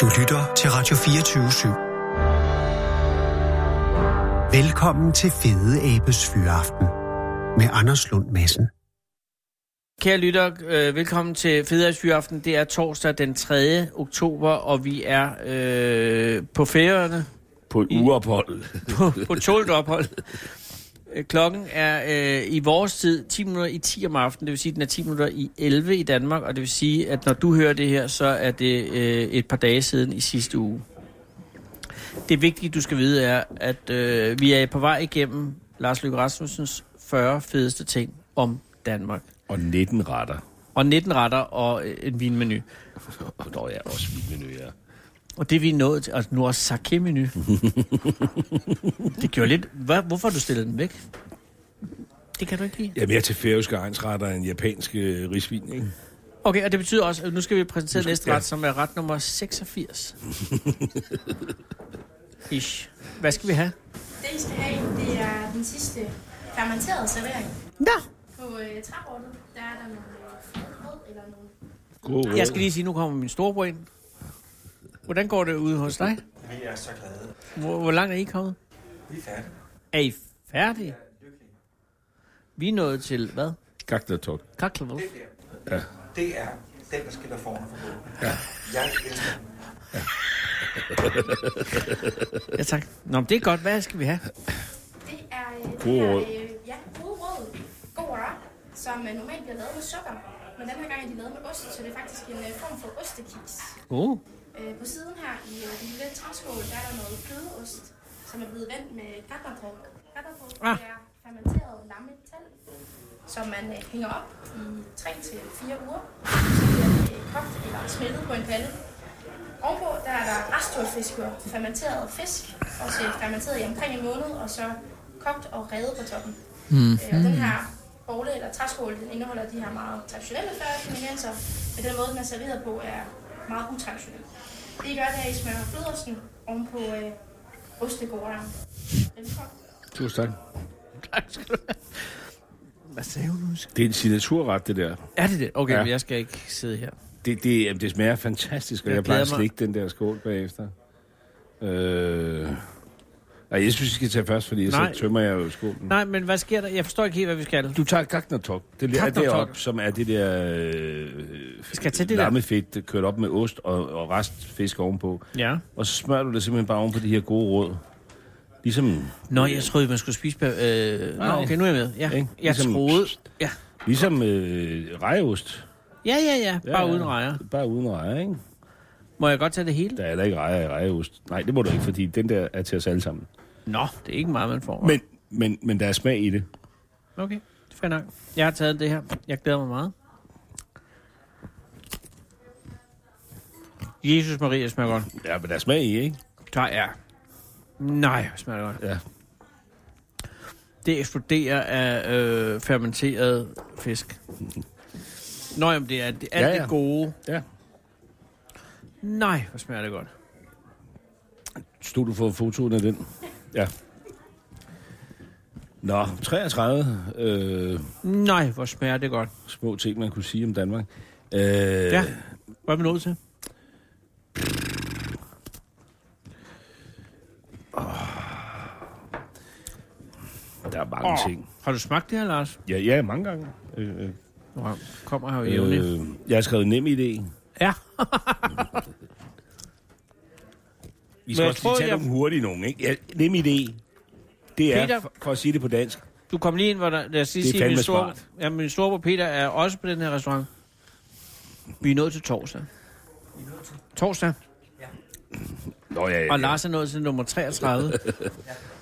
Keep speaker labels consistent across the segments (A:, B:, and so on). A: Du lytter til Radio 24 /7. Velkommen til Fede Abes Fyraften med Anders Lund Madsen.
B: Kære lytter, øh, velkommen til Feders Fyraften. Det er torsdag den 3. oktober, og vi er øh, på færøerne.
C: På et uophold.
B: På, på tålt ophold. Klokken er øh, i vores tid 10 minutter i 10 om aftenen, det vil sige, at den er 10 minutter i 11 i Danmark, og det vil sige, at når du hører det her, så er det øh, et par dage siden i sidste uge. Det vigtige, du skal vide, er, at øh, vi er på vej igennem Lars Løkke Rasmussens 40 fedeste ting om Danmark.
C: Og 19 retter.
B: Og 19 retter og øh, en vinmenu.
C: Nå ja, også vinmenu, ja.
B: Og det vi er nået til, altså nu også sake-menu. det gjorde lidt... Hvad, hvorfor har du stillet den væk? Det kan du ikke lide.
C: Jeg er mere til færøske egensretter end japanske risvin, ikke?
B: Okay, og det betyder også, at nu skal vi præsentere skal, næste ret, ja. som er ret nummer 86. Ish. Hvad skal vi have?
D: Det, I skal have, det er den sidste fermenterede servering.
B: Ja.
D: På øh, træbordet, der er der nogle rød eller nogle...
C: God
B: Jeg skal lige sige, nu kommer min storebror ind. Hvordan går det ude hos dig?
E: Vi er så glade.
B: Hvor, hvor langt er I kommet?
E: Vi er færdige.
B: Er I færdige? Vi er nået til hvad?
C: Kaktatok.
B: Kaklevel.
E: Ja. Det er den, der skiller foran for ja. Jeg elsker den.
B: Ja, tak. Nå, men det er godt. Hvad skal vi have?
D: Det er... Øh,
C: God
D: det er,
C: rød.
D: øh, ja, god rød. God rød, som øh, normalt bliver lavet med sukker. Men den her gang er de lavet med ost, så det er faktisk en øh, form for ostekiks.
B: Oh.
D: Øh, på siden her i øh, den lille træskål, der er der noget flødeost, som er blevet vendt med gratterbrød. Gratterbrød
B: Ah.
D: ah. er fermenteret lammetal, som man øh, hænger op i 3-4 uger. Så bliver det øh, kogt eller smeltet på en pande. Ovenpå der er der restrålfisker, fermenteret fisk, også fermenteret i omkring en måned, og så kogt og revet på toppen. Mm. Øh, og den her bolle eller træskål, den indeholder de her meget traditionelle færdige ingredienser, men den måde, den er serveret på, er meget utraditionel. Det I gør, det er, at I smører flødeosten ovenpå øh, ostegårderen. Velkommen.
C: Tusind tak.
B: Tak skal du have. Hvad sagde hun nu?
C: Det er en signaturret, det der.
B: Er det det? Okay,
C: Ja.
B: ja. men jeg skal ikke sidde her.
C: Det, det, jamen, det smager fantastisk, og
B: Jeg
C: jeg, jeg plejer at
B: glæder mig.
C: slikke den der skål bagefter. Øh... Nej, jeg synes, vi skal tage først, fordi Nej.
B: Nej.
C: så tømmer jeg jo skålen.
B: Nej, men hvad sker der? Jeg forstår ikke helt, hvad vi skal.
C: Du tager kaknatok. Det er
B: Kaknatok.
C: deroppe, som er det der øh,
B: Skal jeg tage det der?
C: lammefedt, der? kørt op med ost og, og restfisk ovenpå.
B: Ja.
C: Og så smører du det simpelthen bare oven på de her gode råd. Ligesom,
B: Nå, jeg troede, man skulle spise... bag- Øh... Nå,
C: Nej.
B: okay, nu er jeg med. Ja.
C: Ikke?
B: Jeg
C: Ligesom-
B: troede... Ja.
C: ligesom øh, rejeost.
B: Ja, ja, ja. Bare uden rejer.
C: Bare uden rejer, ikke?
B: Må jeg godt tage det hele?
C: Der er heller ikke rejer i rejeost. Nej, det må du ikke, fordi den der er til os alle sammen.
B: Nå, det er ikke meget, man får.
C: Men, men, men der er smag i det.
B: Okay, det er fair nok. Jeg har taget det her. Jeg glæder mig meget. Jesus Maria smager godt.
C: Ja, men der er smag i, ikke?
B: Der er... Nej, hvor smager det godt.
C: Ja.
B: Det eksploderer af øh, fermenteret fisk. Nå, jamen, det er det, alt ja,
C: Ja,
B: ja.
C: ja.
B: det gode.
C: ja.
B: Nej, hvor smager det godt.
C: Stod du for fotoen af den? Ja. Nå, 33 øh,
B: Nej, hvor smager det godt.
C: små ting, man kunne sige om Danmark. Øh,
B: Ja, hvad er vi nået til?
C: Der er mange oh. ting.
B: Har du smagt det her, Lars?
C: Ja, ja, mange gange. Øh, øh,
B: Nu har- kommer her jo jævnligt.
C: øh, jeg har skrevet nem idé.
B: Ja,
C: Vi
B: Men
C: skal
B: jeg
C: også
B: tror,
C: lige tage
B: jeg-
C: nogle hurtige nogen, ikke? Ja, nem idé. Det er,
B: Peter-
C: for- for at sige det på dansk,
B: du kom lige ind, hvor der... Lad os lige
C: Det
B: sige,
C: er
B: min
C: fandme
B: store,
C: smart.
B: ja, min storebror Peter er også på den her restaurant. Vi er nået til torsdag. Torsdag.
C: Nå ja, ja.
B: Og Lars er nået til nummer 33.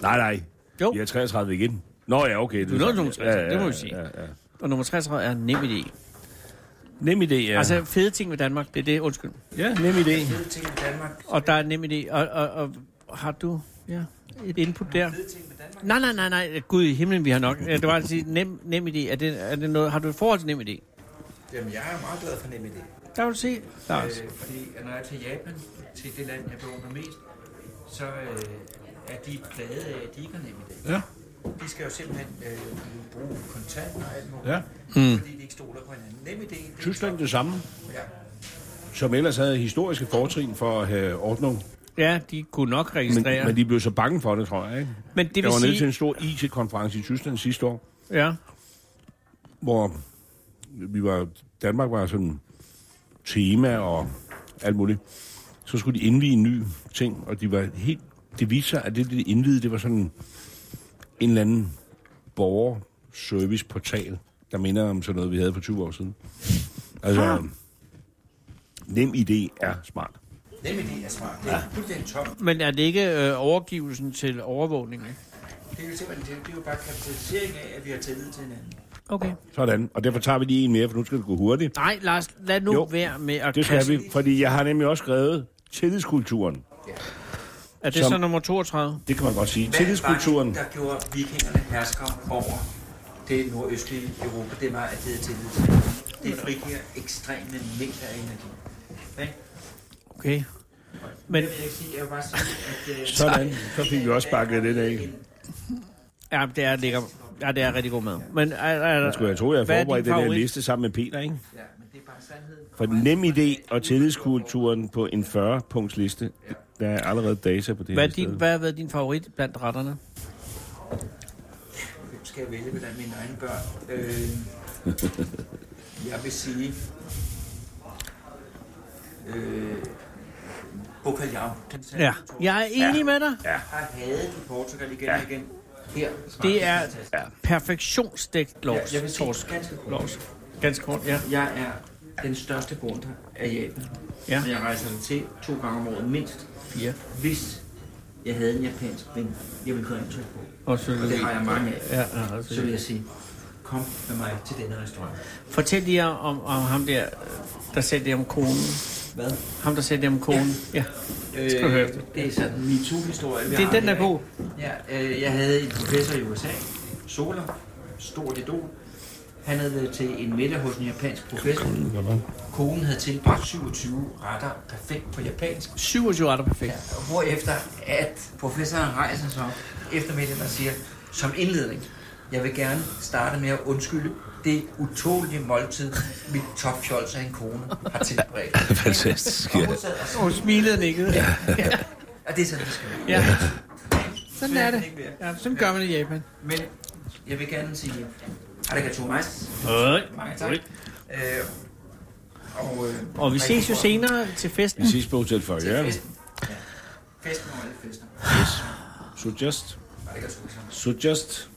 C: Nej, nej.
B: Jo.
C: Jo. Jeg er 33 igen. Nå ja, okay.
B: Du er nået til nummer 33, det må vi sige.
C: Ja, ja.
B: Og nummer 33 er nem idé.
C: Nem idé, ja.
B: Ja. Altså fede ting ved Danmark, det er det, undskyld.
C: ja, nem idé.
E: Fede ting i Danmark.
B: Og der er nem idé. Og, og, og har du ja, et input der?
E: Fede ting i Danmark.
B: Nej, nej, nej, nej. Gud i himlen, vi har nok. Ja, Det var altså at sige, nem, nem idé. Er det, er det noget, har du et forhold til nem idé?
E: Jamen, jeg er meget glad for nem idé.
B: Der vil du se, Lars.
E: Øh, fordi at når jeg er til Japan, til det land, jeg beundrer mest, så øh, er de glade af, at de ikke har nem idé.
C: Ja.
E: De skal jo simpelthen øh, bruge kontanter og alt muligt,
C: Ja.
E: mm. fordi de ikke stoler på hinanden. Nem idé, det er
C: Tyskland det samme.
E: Ja.
C: som ellers havde historiske fortrin for at have ordnung.
B: Ja, de kunne nok
C: Men,
B: registrere.
C: men de blev så bange for det, tror jeg. Ikke?
B: men det
C: Jeg var
B: vil
C: nede til
B: sige...
C: en stor IT-konference i Tyskland sidste år,
B: Ja,
C: hvor vi var, Danmark var sådan tema og alt muligt. Så skulle de indvige en ny ting, og de var helt, det viste sig, at det, de indvidede, det var sådan en eller anden borgerserviceportal, der minder om sådan noget, vi havde for 20 år siden. Altså, nem idé er smart.
E: Nemlig det er smart. Det er fuldstændig top.
B: men er det ikke øh, overgivelsen til overvågning?
E: Det er jo simpelthen det, det er jo bare kapitalisering af, at vi har tillid til hinanden.
B: Okay.
C: Sådan, og derfor tager vi lige en mere, for nu skal det gå hurtigt.
B: Nej, Lars, lad nu jo,
C: Jo,
B: være med at
C: Det skal
B: kaste-
C: vi, fordi jeg har nemlig også skrevet tillidskulturen.
B: Er det
C: som-
B: så nummer 32?
C: Det kan man godt sige.
E: Hvad
C: Tillidskulturen.
E: var det, der gjorde vikingerne herskere over det nordøstlige Europa? Det var, at det havde tillid til hinanden. Det frigiver ekstreme mængder af energi. Okay?
B: Okay.
E: Men
B: Men
E: jeg vil ikke sige, jeg vil bare sige, at... øh,
C: Sådan, så fik vi også sparket lidt af.
B: ja, det er, lækker. Ja, det er rigtig god mad. Men er, er,
C: Jeg skulle jeg tro, jeg
B: hvad er din
C: forberedte den her
B: favorit?
C: liste sammen med Peter, ikke?
E: Ja, men det er bare sandheden.
C: For nem idé og tillidskulturen på en 40-punktsliste. Der er allerede data på det
B: Hvad, er
C: her
B: din,
C: sted.
B: hvad har været din favorit blandt retterne?
E: Hvem skal jeg vælge blandt mine egne børn? Øh, jeg vil sige... Øh, Bocalhau. Den sagde
B: Ja.
E: to.
B: Jeg er enig ja. med dig. Ja.
E: Har hadet i Portugal igen og igen. Her.
B: Det er
E: fantastisk.
B: perfektionsstegt
E: Ja,
B: lovs.
E: jeg vil sige, ganske kort.
B: Ganske kort, ja.
E: Jeg er den største brunder af Japan.
B: Ja.
E: Ja. Jeg rejser der til to gange om året mindst.
B: Ja.
E: Hvis jeg havde en japansk ven, jeg ville gøre indtryk på.
B: Og
E: Og det har jeg mange af.
B: Ja, ja, altså-
E: Så vil jeg sige, kom med mig til denne restaurant.
B: Fortæl lige om, om ham der, der sagde det om konen.
E: Hvad? Øh,
B: Ham, der sagde det om konen. Ja. Skal du høre efter.
E: det er sådan en MeToo-historie. vi
B: Det er
E: har
B: den, der
E: her,
B: er god.
E: Ja, øh, jeg havde en professor i USA, Soler, stort idol. Han havde været til en middag hos en japansk professor. Konen havde tilbragt 27 retter perfekt på japansk.
B: Øh, 27 retter perfekt.
E: Ja, hvorefter at professoren rejser sig op efter middagen og siger, som indledning, jeg vil gerne starte med at undskylde det utålige måltid, mit topfjols af en kone har tilberedt.
F: Fantastisk,
E: Og
F: ja.
E: hun sad og sagde,
B: Hun smilede og nikkede. Ja.
E: "Ja, det er sådan, det skal være.
B: ja. Sådan er det. Ja, sådan gør man i Japan.
E: Men jeg vil gerne sige, arigato mas. Mange tak. Øh, og, øh,
B: Og vi ses jo senere til festen.
C: Vi ses på Hotel for
E: Ja.
C: ja.
E: Festen. Ja. Festen og alle fester.
C: Suggest.
E: Arigato mas.
C: Suggest.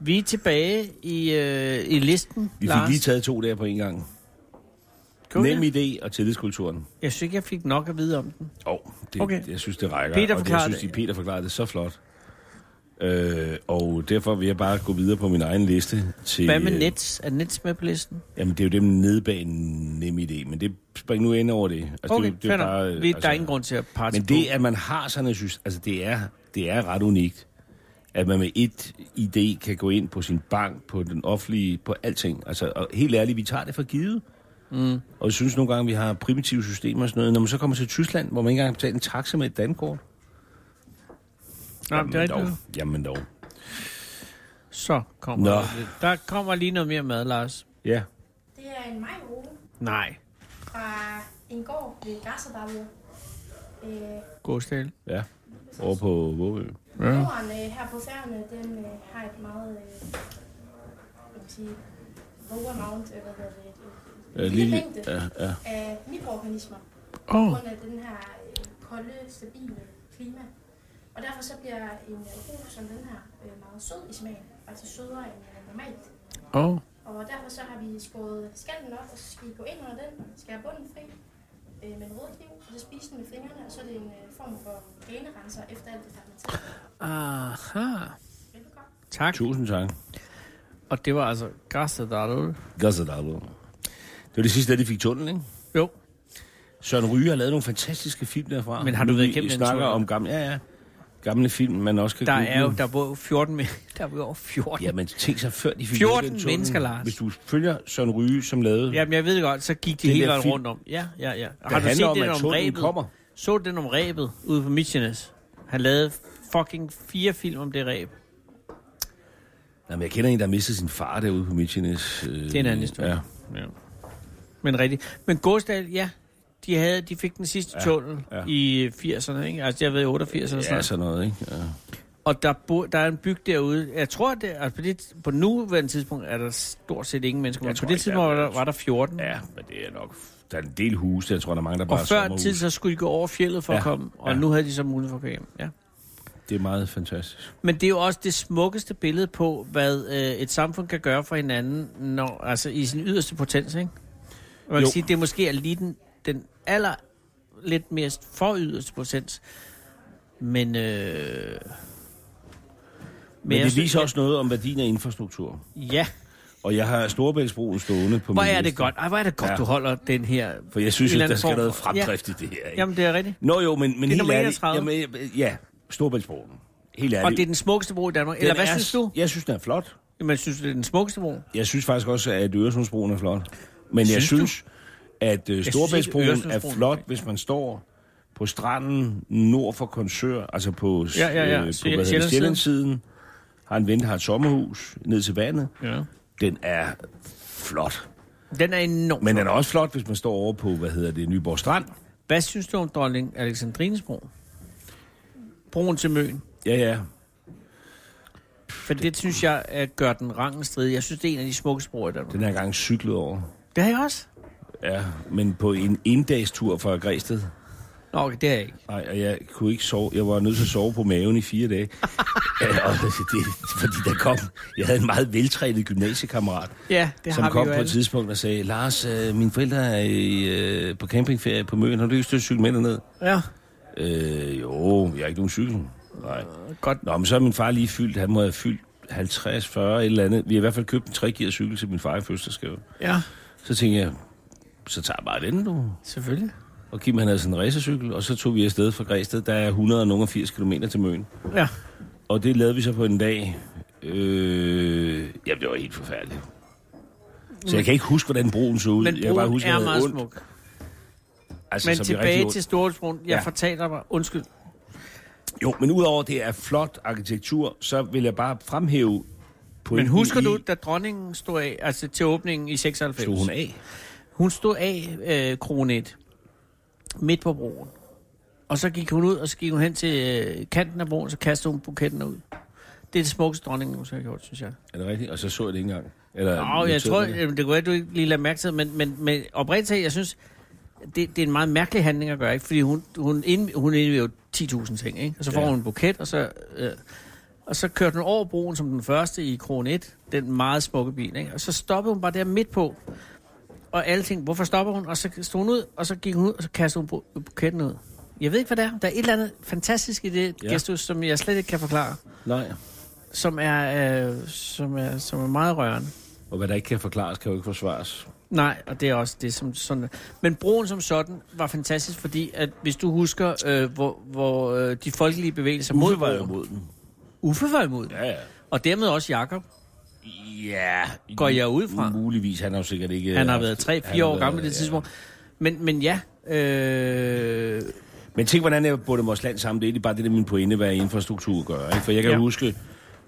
B: Vi er tilbage i, øh, i listen,
C: Vi fik
B: Lars.
C: lige taget to der på en gang.
B: Kan du
C: Nem
B: det?
C: idé og tillidskulturen.
B: Jeg synes ikke, jeg fik nok at vide om den.
C: Jo, det,
B: Okay.
C: okay. jeg synes, det rækker.
B: Peter
C: og det, jeg
B: forklarede
C: synes,
B: det.
C: de Peter forklarede det så flot. Øh, og derfor vil jeg bare gå videre på min egen liste. Til,
B: Hvad med
C: øh,
B: Nets? Er Nets med på listen?
C: Jamen, det er jo dem nede bag en nem idé, men det spring nu ind over det. Altså,
B: Okay,
C: det, er jo- det
B: fair
C: er jo bare,
B: nok.
C: øh,
B: Vi- Der er ingen grund til at parte
C: Men det, at man har sådan et system, altså det er, det er ret unikt, at man med et idé kan gå ind på sin bank, på den offentlige, på alting. Altså, og helt ærligt, vi tager det for givet. Mm. Og jeg synes nogle gange, vi har primitive systemer og sådan noget. Når man så kommer til Tyskland, hvor man ikke engang kan betale en taxa med et dankort.
B: Nej, det er
C: dog.
B: rigtigt.
C: Jamen dog.
B: Så kommer
C: Nå.
B: der lidt. Der kommer lige noget mere mad, Lars.
C: Ja.
D: Det er en majrove
B: Nej.
D: fra en gård ved Gasserdabu. Øh,
B: Gåsdal.
C: Ja. Over på Vågø.
D: Jorden øh, her på færgerne, den øh, har et meget, øh, hvad man sige, low amount, eller hvad hedder det, øh,
C: Øh,
D: lille
C: lille-
D: mængde
C: ja, ja.
D: af mikroorganismer, på
B: Åh, oh,
D: grund af den her øh, kolde, stabile klima. Og derfor så bliver en øh, ro som den her øh, meget sød i smagen, altså sødere end øh, normalt.
B: åh. Oh.
D: Og derfor så har vi skåret skallen op, og så skal vi gå ind under den, skære bunden fri øh, med en rød kniv, og så spise den med fingrene, og så er det en øh, form for ganerenser efter alt det fermenterede.
B: Aha.
D: Velbekomme.
B: Tak.
C: Tusind tak.
B: Og det var altså Gassedarul.
C: Gazadalo. Det var det sidste, da de fik tunnel, ikke?
B: Jo.
C: Søren Ryge har lavet nogle fantastiske film derfra.
B: Men har du
C: Nu,
B: været
C: vi
B: igennem den
C: snakker
B: tunnel?
C: om gamle, ja, ja. gamle film, man også kan
B: Der
C: google.
B: er jo, der var jo 14 mennesker. Der var jo over 14.
C: Ja, men tænk sig før de fik
B: 14
C: lukket den tunnel.
B: mennesker, Lars.
C: Hvis du følger Søren Ryge, som lavede...
B: Jamen, jeg ved det godt, så gik de
C: Den
B: hele
C: der
B: vejen
C: film-
B: rundt om. Ja, ja, ja.
C: der
B: Har du
C: handler
B: set
C: om,
B: den
C: at
B: om
C: tunnelen
B: rebet?
C: kommer.
B: Så du den om rebet ude på Michenes? Han lavede fucking fire film om det ræb.
C: Jamen, jeg kender en, der mistede sin far derude på Michines. Øh,
B: Det er en anden historie.
C: Ja.
B: ja. Men rigtigt. Men Gåsdal, ja, de, havde, de fik den sidste ja, tunnel ja.
C: ja.
B: i 80'erne, ikke? Altså, jeg ved, 88 eller sådan
C: Ja,
B: noget.
C: sådan noget, ikke? Ja.
B: Og der, bo, der er en bygd derude. Jeg tror, at det, altså på, det, på nuværende tidspunkt er der stort set ingen mennesker. Men
C: Jeg
B: på
C: tror
B: det
C: ikke,
B: tidspunkt var
C: der er-
B: der, var der 14.
C: ja, men det er nok... Der er en del huse, jeg tror, der er mange, der bare
B: og
C: har
B: før
C: sommerhus.
B: tid, så skulle de gå over fjellet for ja,
C: Ja,
B: at komme. Og ja.
C: ja.
B: nu havde de så mulighed for at køre hjem. Ja.
C: Det er meget fantastisk.
B: Men det er jo også det smukkeste billede på, hvad øh, et samfund kan gøre for hinanden, når, altså i sin yderste potens, ikke? Og Man kan
C: Jo.
B: sige, det er måske er lige den, den aller lidt mere for yderste potens. Men, øh, men,
C: Men,
B: jeg
C: det
B: synes,
C: viser
B: at-
C: også noget om værdien af infrastruktur.
B: Ja,
C: Og jeg har Storebæltsbroen stående på
B: hvor
C: min
B: er det
C: liste,
B: godt. Ej, hvor er det godt, ja.
C: Ja.
B: du holder den her.
C: For jeg synes,
B: en eller
C: at der
B: anden
C: skal
B: form
C: noget
B: for-
C: fremdrift ja. i det her.
B: Ja.
C: Ikke?
B: Jamen, det er rigtigt.
C: Nå jo, men, men
B: Det er
C: helt
B: nummer
C: ærligt...
B: 31.
C: Jamen, øh, ja, Storebæltsbroen. Helt ærligt.
B: Og det er den smukkeste bro i Danmark.
C: Den
B: Eller hvad
C: er,
B: synes du?
C: Jeg synes, den er flot.
B: Jamen, synes du, det er den smukkeste bro?
C: Jeg synes faktisk også, at Øresundsbroen er flot. Men synes jeg
B: Synes du?
C: synes, at uh,
B: ikke,
C: Storbæltsbroen er
B: Øresundsbroen er
C: flot,
B: flot.
C: hvis man står på stranden nord for Konsør, altså på, s-
B: Ja, ja, ja.
C: øh, på
B: Sjæl-
C: hvad hedder
B: Sjællandssiden.
C: det, Sjællandssiden, har en ven, der har et sommerhus ned til vandet.
B: Ja.
C: Den er flot.
B: Den er enorm.
C: Men den er også flot, hvis man står over på, hvad hedder det, Nyborg Strand.
B: Hvad synes du om dronning Alexandrines bro? Broen til Møn.
C: Ja, ja.
B: For det, det synes jeg at gør den rangen strid. Jeg synes, det er en af de smukkeste broer i Danmark.
C: Den er engang cyklet over.
B: Det har jeg også.
C: Ja, men på en inddagstur fra Græsted.
B: Nå, okay, det har jeg ikke.
C: Nej, og jeg kunne ikke sove. Jeg var nødt til at sove på maven i fire dage. Ja, og det, fordi der kom... Jeg havde en meget veltrænet gymnasiekammerat,
B: Ja, det
C: som
B: har
C: kom
B: vi jo
C: på et
B: alle.
C: tidspunkt og sagde, Lars, øh, mine forældre er i, øh, på campingferie på Møn. Har du lyst til at cykle med derned?
B: Ja,
C: Øh, jo, jeg har ikke nogen cykel. Nej.
B: Øh, godt.
C: Nå, men så er min far lige fyldt. Han må have fyldt 50, 40 et eller andet. Vi har i hvert fald købt en 3 gear cykel til min far i fødselsdagsgave.
B: Ja,
C: Så tænkte jeg, så tager jeg bare den, du.
B: selvfølgelig.
C: Og Kim han havde sådan en racercykel, og så tog vi afsted fra Græsted. Der er 180 km til Møn.
B: Ja.
C: Og det lavede vi så på en dag. Øh, jamen, det var helt forfærdeligt. Så jeg kan ikke huske, hvordan broen så ud.
B: Men
C: jeg kan
B: broen
C: bare huske, jeg
B: er
C: havde
B: meget
C: ondt.
B: smuk.
C: Altså,
B: Men
C: så vi rigtig
B: tilbage
C: ondt.
B: til Storhedsbroen. Jeg
C: Ja.
B: fortaler mig. Undskyld.
C: Jo, men udover det er flot arkitektur, så vil jeg bare fremhæve...
B: Men
C: pointen
B: husker
C: i-
B: du, da dronningen stod af, altså til åbningen i 96?
C: Slog hun af?
B: Hun stod af øh, kronet midt på broen. Og så gik hun ud, og så gik hun hen til øh, kanten af broen, så kastede hun buketten ud. Det er det smukkeste dronning, hun har gjort, synes jeg.
C: Er det rigtigt? Og så så jeg det ikke engang. Eller,
B: Nå, jeg
C: noterede
B: tror,
C: det.
B: det. det kunne være, du ikke lige lade mærke til, men, men, men oprigtigt talt, jeg synes, det, det er en meget mærkelig handling at gøre, ikke? Fordi hun, hun, ind, hun indviger jo 10.000 ting, ikke? Og så får
C: Ja.
B: hun en buket, og så... Øh, og så kørte hun over broen som den første i Kron 1, den meget smukke bil, ikke? Og så stoppede hun bare der midt på, og alle tænkte, hvorfor stopper hun? Og så stod hun ud, og så gik hun ud, og så kastede hun bu- buketten ud. Jeg ved ikke, hvad det er. Der er et eller andet fantastisk i det ja.
C: Ja.
B: gestus, som jeg slet ikke kan forklare,
C: Nej.
B: som er, øh, som er, som er meget rørende.
C: Og hvad der ikke kan forklares, kan jo ikke forsvares.
B: Nej, og det er også det, som sådan... Men broen som sådan var fantastisk, fordi at hvis du husker, øh, hvor, hvor øh, de folkelige bevægelser mod
C: Uffe var jo
B: broen-
C: imod den.
B: Uffe var imod. Ja.
C: Ja, ja.
B: Og dermed også Jakob.
C: Ja.
B: Går jeg ud fra?
C: Muligvis. Han har jo sikkert ikke...
B: Han har
C: haft-
B: været
C: han
B: 3-4
C: har
B: år
C: været-
B: gammel på det
C: ja.
B: tidspunkt. Men, men ja, øh,
C: Men tænk, hvordan jeg bundet vores land sammen. Det er egentlig bare det, der er min pointe, hvad infrastruktur gør. Ikke? For jeg kan
B: Ja.
C: ja. huske,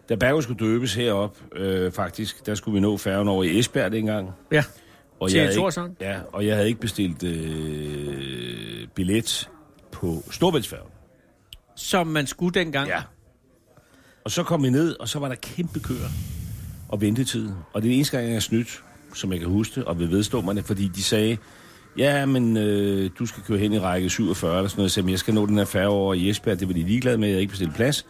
C: da Bergen skulle døbes herop, øh, faktisk, der skulle vi nå færgen over i Esbjerg dengang.
B: ja.
C: Og
B: Til
C: havde
B: Thorshavn?
C: ikke, ja, og jeg havde ikke bestilt øh, billet på Storbæltsfærgen.
B: Som man skulle dengang.
C: Ja. Og så kom vi ned, og så var der kæmpe køer og ventetid. Og det er den eneste gang, jeg er snydt, som jeg kan huske det, og vil vedstå mig det, fordi de sagde, ja, men øh, du skal køre hen i række 47 eller sådan noget. Jeg sagde, men jeg skal nå den her færge over i Esbjerg, det var de ligeglade med, jeg havde ikke bestilt plads.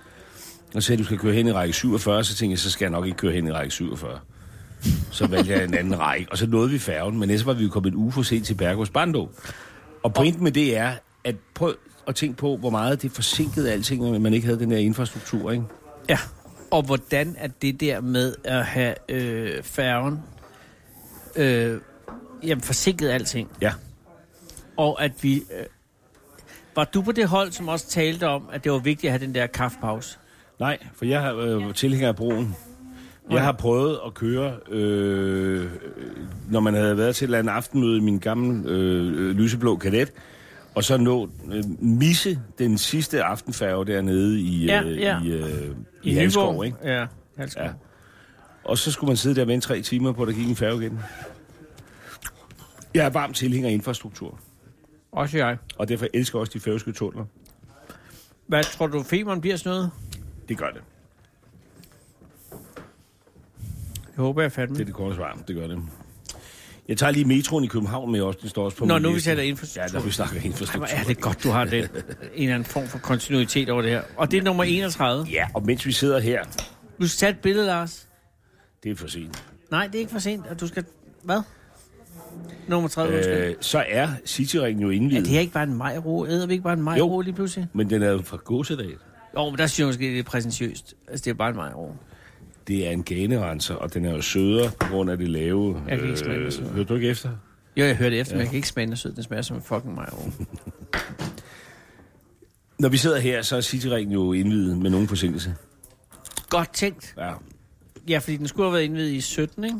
C: Og så sagde, jeg, du skal køre hen i række 47, så tænkte jeg, så skal jeg nok ikke køre hen i række 47. Så valgte jeg en anden række, og så nåede vi færgen, men ellers var vi jo kommet en uge for sent til Bergårds Bando. Og pointen med det er, at prøv at tænke på, hvor meget det forsinkede alting, at man ikke havde den der infrastruktur, ikke?
B: Ja, og hvordan er det der med at have øh, færgen øh, jamen, forsinket alting?
C: Ja.
B: Og at vi... Øh, var du på det hold, som også talte om, at det var vigtigt at have den der kaffepause?
C: Nej, for jeg har øh, tilhænger af broen. Jeg har prøvet at køre, øh, når man havde været til et eller andet aftenmøde i min gamle øh, lyseblå kadet, og så nå, øh, misse den sidste aftenfærge dernede i, øh,
B: Ja, ja.
C: i, øh, i, i Halskov, ikke?
B: Ja, Halskov. Ja.
C: Ja. Og så skulle man sidde der og vente tre timer på, at der gik en færge igen. Jeg er varm tilhænger af infrastruktur,
B: Også jeg.
C: og derfor elsker jeg også de færøske tunneler.
B: Hvad tror du, feberen bliver sådan noget?
C: Det gør det.
B: Det håber jeg fandme.
C: Det er det korte svar. Det gør det. Jeg tager lige metroen i København med også. Den står også på
B: Nå,
C: min
B: nu er vi
C: liste.
B: taler infrastruktur.
C: Ja, der vi snakker
B: Ej, hvor
C: infrastruktur.
B: er det godt, du har den. En eller anden form for kontinuitet over det her. Og det er nummer 31.
C: Ja, og mens vi sidder her,
B: Du skal tage et billede, Lars.
C: det er for sent,
B: Nej, det er ikke for sent, og du skal... Hvad? Nummer 30, øh,
C: øh, så er Cityringen jo
B: Er
C: indvidet.
B: det her ikke bare en majro? Æder vi ikke bare en majro lige pludselig?
C: Men den er jo fra gåsedag.
B: Jo, men der synes jeg måske, det er præsentiøst. Altså, det er bare en majro.
C: Det er en ganerenser, og den er jo sødere på grund af det lave.
B: Jeg kan ikke smage den søde.
C: Hørte du ikke efter?
B: Jo, jeg hørte efter, men jeg kan ikke smage den er sød. Den smager som en fucking majro.
C: Når vi sidder her, så er Cityringen jo indvidet med nogen forsinkelse.
B: Godt tænkt.
C: Ja,
B: Ja, fordi den skulle have været indvidet i 17, ikke?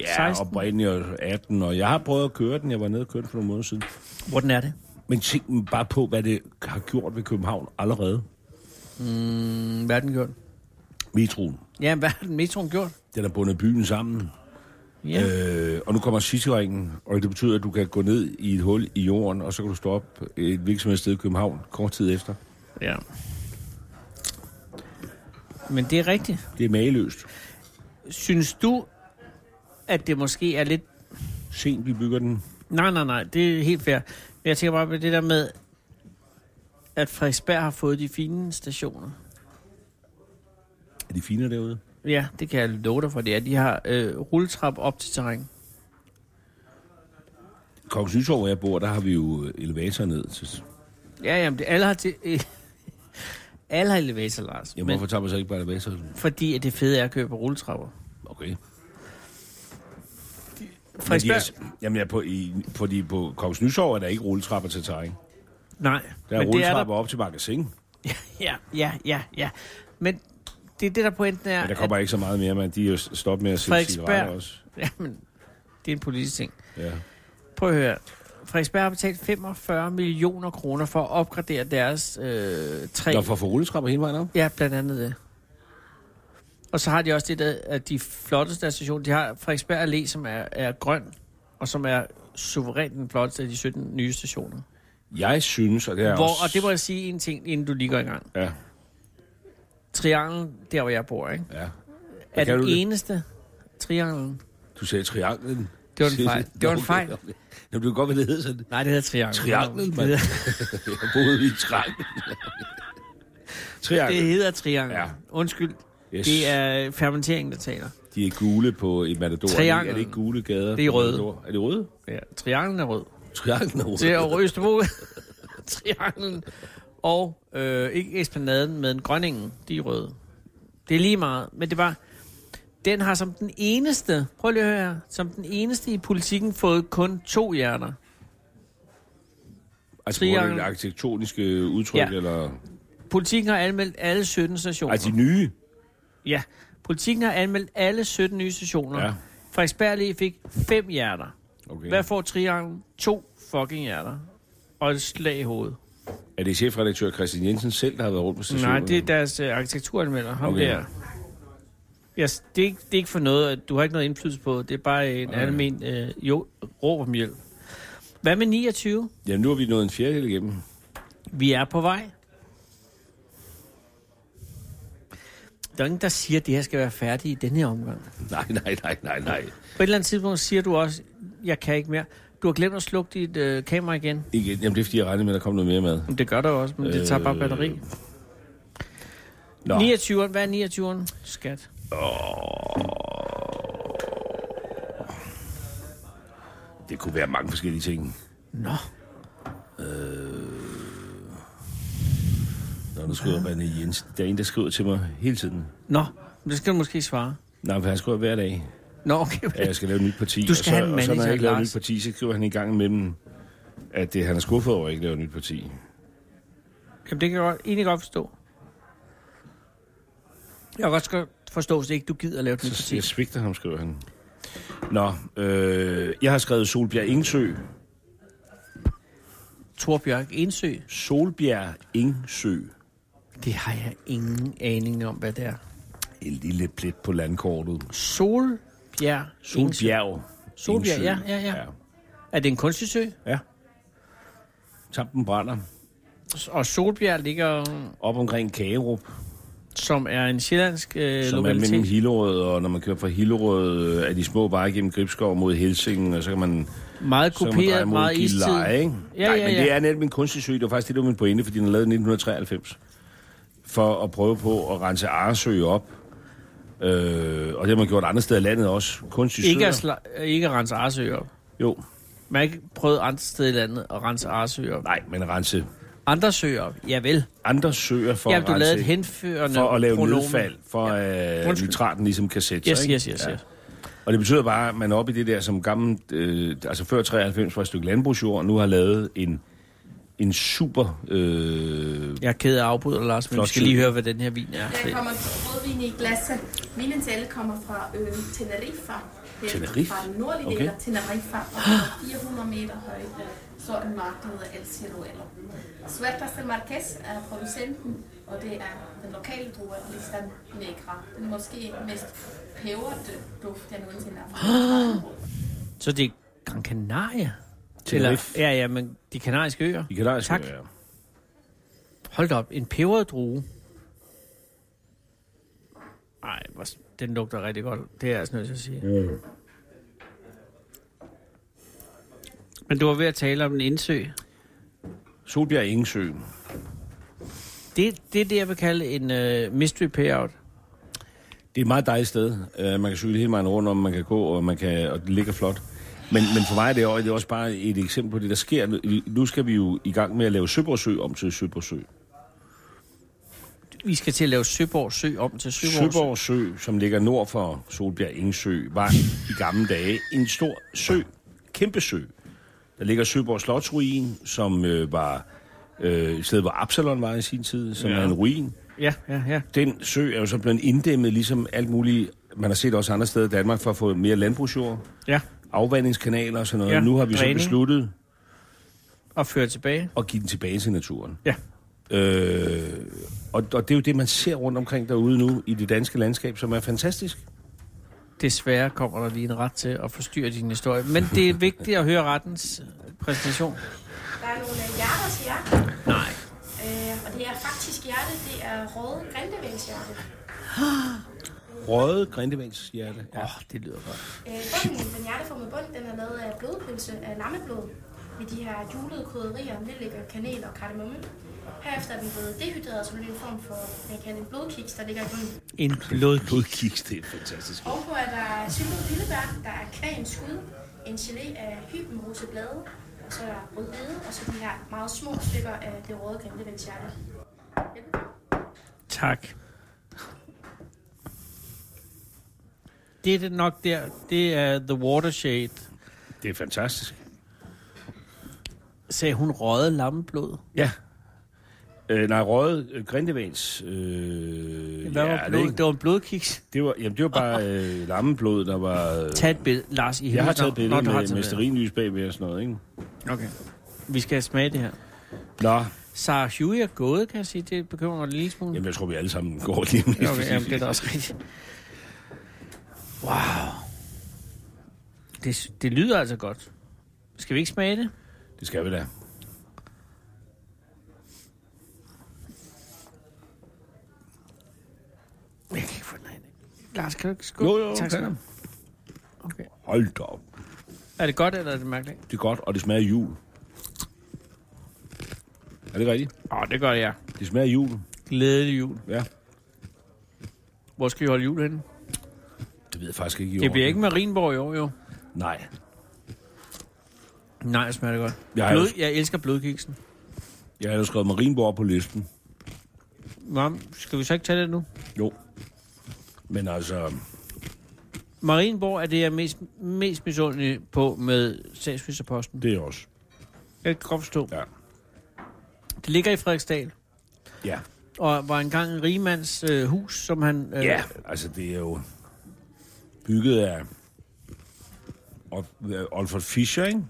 C: ja
B: 16.
C: oprindeligt og 18, og jeg har prøvet at køre den. Jeg var nede og kørte den for nogle måneder siden.
B: Hvordan er det?
C: Men tænk bare på, hvad det har gjort ved København allerede.
B: Mm, Hvad har den gjort?
C: Metroen.
B: Ja, hvad har den metroen gjort?
C: Den har bundet byen sammen.
B: Ja. Øh.
C: Yeah. Øh, og nu kommer Cityringen, og det betyder, at du kan gå ned i et hul i jorden, og så kan du stå op et hvilket som helst sted i København kort tid efter.
B: ja. Men det er rigtigt.
C: Det er mageløst.
B: Synes du, at det måske er lidt...
C: Sent vi bygger den.
B: Nej, nej, nej, det er helt fair. Men jeg tænker bare på det der med, at Frederiksberg har fået de fine stationer.
C: Er de fine derude?
B: Ja, det kan jeg love dig for, det er. De har øh, rulletrap op til terræn.
C: Kongens Nytorv, hvor jeg bor, der har vi jo øh, elevator ned. Så,
B: Ja, jamen, det, alle har til... Øh, alle har elevator, Lars.
C: jamen,
B: men
C: hvorfor tager man så ikke bare elevator?
B: fordi at det fede er at køre på rulletrapper.
C: Okay. Men de
B: Frederiksberg?
C: er, jamen, jeg er på, i, fordi på Kongens Nytorv er der ikke rulletrapper til terræn.
B: Nej.
C: Der er
B: men det er der.
C: rulletrapper op til magasin.
B: Ja, ja, ja, ja. Men det er det, der pointen er...
C: Men der
B: at-
C: kommer ikke så meget mere, men de er jo stoppet med at sælge
B: Frederiksberg.
C: cigaretter også.
B: Jamen, det er en politisk ting.
C: Ja.
B: Prøv at høre. Frederiksberg har betalt 45 millioner kroner for at opgradere deres øh, træ.
C: Nå, for at få rulletrapper hele vejen op?
B: Ja, blandt andet det. Og så har de også det der, at de flotteste stationer, de har Frederiksberg Allé, som er, er grøn, og som er suverænt den flotteste af de 17 nye stationer.
C: Jeg synes, og det er
B: Hvor,
C: også...
B: og det må jeg sige en ting, inden du lige går i gang.
C: Ja,
B: Trianglen, der hvor jeg bor, ikke?
C: ja.
B: er
C: kalder
B: den
C: du det?
B: eneste trianglen.
C: Du sagde trianglen.
B: Det var en fejl. Det var en fejl.
C: Jamen, du kan godt, hvad det hedder sådan.
B: Nej, det hedder trianglen.
C: Trianglen, mand.
B: Det
C: Jeg boede i en triangel.
B: hedder,
C: triangel.
B: det hedder trianglen.
C: Ja.
B: Ja. Undskyld.
C: Yes.
B: Det er øh, fermenteringen, der taler.
C: De er gule på et matador.
B: Trianglen.
C: Er det ikke gule gader?
B: Det er
C: på
B: røde.
C: Matador? Er det røde?
B: Ja, trianglen er rød.
C: Trianglen er røde.
B: Det er over Østerbro, trianglen og øh, ikke esplanaden, men grønningen, de er røde. Det er lige meget, men det var... Den har som den eneste, prøv lige at høre her, som den eneste i politikken fået kun to hjerner.
C: altså, hvor er det
B: triangel.
C: arkitektoniske udtryk,
B: Ja.
C: ja. eller...
B: Politikken har anmeldt alle 17 stationer.
C: Altså, de nye.
B: Ja, politikken har anmeldt alle 17 nye stationer.
C: Ja.
B: Ja. Frederiksberg lige fik fem hjerter.
C: Okay.
B: Hvad får trianglen? To fucking hjerter. Og et slag i hovedet.
C: Er det chefredaktør Christian Jensen selv, der har været rundt på stationen?
B: Nej, det er deres øh, arkitekturanmelder, ham
C: Okay.
B: okay. der. Yes, det, er ikke, det er ikke for noget, at du har ikke noget indflydelse på. Det er bare en okay. almen øh, jo, råb om hjælp. Hvad med 29?
C: Ja, nu har vi nået en fjerdedel igennem.
B: Vi er på vej. Der er ingen, der siger, at det her skal være færdigt i denne her omgang.
C: Nej, nej, nej, nej, nej.
B: På et eller andet tidspunkt siger du også, jeg kan ikke mere. Du har glemt at slukke dit øh, kamera igen.
C: Igen, jamen, det er fordi, jeg regnede med, at der kom noget mere mad.
B: Men Det gør der jo også, men det tager bare batteri.
C: Nå.
B: 29'eren, hvad er 29'eren? Skat.
C: Det kunne være mange forskellige ting.
B: Nå.
C: Når du skriver René Jensen, der er en, der skriver til mig hele tiden.
B: Nå, men det skal du måske svare.
C: Nej, for han skriver hver dag,
B: Nå, okay.
C: at jeg skal lave et nyt parti.
B: Du skal
C: og så,
B: have en
C: og så, når
B: manager,
C: jeg ikke laver et nyt
B: Lars.
C: parti, så skriver han i gang imellem, at det, han er skuffet over, at jeg ikke laver et nyt parti.
B: Jamen, det kan jeg godt, egentlig godt forstå. Jeg kan godt godt forstå, hvis ikke du gider at lave den
C: Så
B: parti.
C: jeg svigter ham, skriver han. Nå, øh, jeg har skrevet Solbjerg Ingsø.
B: Torbjørk Indsø.
C: Solbjerg Ingsø.
B: Det har jeg ingen aning om, hvad det er.
C: En lille plet på landkortet.
B: Solbjerg Ingsø.
C: Solbjerg.
B: Solbjerg,
C: Ingsø.
B: ja, ja, ja. Er det en kunstig sø?
C: Ja. Tampen brænder
B: Og Solbjerg ligger,
C: op omkring Kagerup,
B: som er en sjællandsk øh,
C: som er mellem
B: lokalitet.
C: Hillerød, og når man kører fra Hillerød øh, af de små veje gennem Gribskov mod Helsingen, og så kan man,
B: Meget
C: så kan man dreje
B: kopieret,
C: mod
B: meget istid.
C: Gilleleje, ikke?
B: Ja,
C: Nej,
B: ja,
C: men
B: ja.
C: det er netop en kunstig sø, det var faktisk det, der var min pointe, fordi den er lavet i 1993, for at prøve på at rense Aresø op. Øh, og det har man gjort andre steder i landet også. Kunstig
B: Ikke, at
C: søer.
B: sla- ikke at rense Arsø op.
C: Jo,
B: Man har ikke prøvet andre steder i landet at rense Arsø op.
C: nej, men rense
B: Andre søer op, javel.
C: andre søer for
B: Ja,
C: at
B: du
C: rense,
B: lavede et henførende
C: for at lave
B: pronomen.
C: nedfald, for at øh,
B: Undskyld.
C: nitraten ligesom kan sætte
B: Yes,
C: sig. ikke?
B: yes, yes, yes.
C: Og det betyder bare, at man er oppe i det der, som gammelt, øh, altså før 93 var et stykke landbrugsjord, nu har lavet en, en super... Øh,
B: Jeg er ked af at afbryde, Lars, men
C: Flot
B: vi skal
C: sø.
B: lige høre, hvad den her vin er.
D: Der kommer rødvin i glasset. Vinen selv kommer fra øen Tenerife. Helt
C: Tenerife?
D: Fra den nordlige del af
C: Okay.
D: Tenerife, og den er 400 meter høj. Så er en mark, der hedder El Ciruelo. Suertas del Marquez er producenten, og det er den lokale druer, Listan Negra. Den måske mest peberte duft, jeg nogensinde har fået.
B: Så det er Gran Canaria?
C: Tenerife.
B: ja, ja, men de kanariske øer.
C: I kan
B: Tak.
C: Ja.
B: Hold da op, en peberet drue. Nej, den lugter rigtig godt. Det er jeg altså nødt til at sige. Mm. Men du var ved at tale om en indsø.
C: Solbjerg Ingesø.
B: Det, det er det, jeg vil kalde en uh, mystery payout.
C: Det er et meget dejligt sted. Uh, man kan cykle hele vejen rundt om, man kan gå, og, man kan, og det ligger flot. Men, men for mig er det, også, det er også bare et eksempel på det, der sker. Nu- Nu skal vi jo i gang med at lave Søborgsø om til Søborgsø.
B: Vi skal til at lave Søborg Sø om til Søborg, Sø.
C: Søborg Sø, som ligger nord for Solbjerg Ingesø, var i gamle dage en stor sø, kæmpe sø. Der ligger Søborg Slotsruin, som øh, var øh, et sted, hvor Absalon var i sin tid, som ja. er en ruin.
B: Ja, ja, ja.
C: Den sø er jo så blevet inddæmmet, ligesom alt muligt, man har set også andre steder i Danmark, for at få mere landbrugsjord,
B: ja.
C: afvandingskanaler og sådan noget. Ja.
B: Ja,
C: Nu har vi så
B: dræning.
C: besluttet
B: Og føre tilbage.
C: at give den tilbage til naturen.
B: Ja.
C: Øh, og, og det er jo det, man ser rundt omkring derude nu i det danske landskab, som er fantastisk.
B: Desværre kommer der lige en ret til at forstyrre din historie. Men det er vigtigt at høre rettens øh, præsentation.
D: Der er nogle øh, hjerters hjerte,
B: Nej.
D: øh, og det er faktisk hjerte, det er røde grindevælshjerte.
C: Røde grindevælshjerte.
B: Åh, oh, det lyder godt.
D: Øh, Bunden, den hjerteformede bund, den er lavet af blodpølse af lammeblod med de her julede krydderier, nelliker, kanel og kardemomme. Herefter er den blevet dehydreret som en form for, man kan kalde en blodkiks, der ligger i bunden.
B: En blodklud.
C: Blodkiks, det er fantastisk.
D: Ovenpå er der syltet vildebær, der er kvægens skud, en gelé af hybenrose blade, og så er der rødbede, og så de her meget små stykker af det røde grindevindshjerte. Velbekomme.
B: Tak. Det er det nok der. Det er The Watershed.
C: Det er fantastisk.
B: Sagde hun røget lammeblod?
C: Ja. Øh, nej, røde øh, grindevæns. Øh,
B: Hvad
C: ja,
B: var
C: det,
B: blod?
C: ikke-
B: Det var en blodkiks.
C: det, var, jamen, det var bare øh, lammeblod, der var... Øh,
B: Tag et billede, Lars. I
C: jeg har
B: helvedes navn.
C: taget
B: Nå,
C: billeder
B: du har
C: med,
B: taget
C: med
B: billeder.
C: sterinlys bagved og sådan noget, ikke?
B: Okay. Vi skal smage det her.
C: Nå,
B: Sarah Huey er gået, kan jeg sige. Det bekymrer mig en lille smule.
C: jamen, jeg tror, vi alle sammen går lige med.
B: Okay, jamen, det er da også rigtigt. Wow. Det, det lyder altså godt. Skal vi ikke smage det?
C: det skal vi da.
B: Jeg kan ikke få den af. Lars, kan du ikke skubbe?
C: Jo, jo,
B: tak skal du
C: okay.
B: have. Okay.
C: Hold da op.
B: Er det godt, eller er det mærkeligt?
C: Det er godt, og det smager af jul. Er det rigtigt?
B: Åh, oh, det gør jeg.
C: Det smager af jul,
B: Glædelig jul.
C: ja.
B: Hvor skal vi holde jul henne?
C: Det ved jeg faktisk ikke i
B: Det
C: år.
B: bliver ikke Marienborg i år, jo.
C: Nej.
B: Nej, det smager det godt.
C: Jeg har
B: Blod,
C: jo-
B: jeg elsker blodkiksen.
C: Jeg har jo skrevet Marienborg på listen.
B: Nå, skal vi så ikke tage det nu?
C: Jo. Men altså,
B: Marienborg er det, jeg er mest, mest misundelig på med statsministerposten.
C: det er også.
B: Jeg kan godt forstå.
C: Ja.
B: Det ligger i Frederiksdal.
C: Ja.
B: og var engang en rigmands øh, hus, som han... Øh,
C: Ja, altså det er jo bygget af Ol- øh, Olfert Fischer, ikke?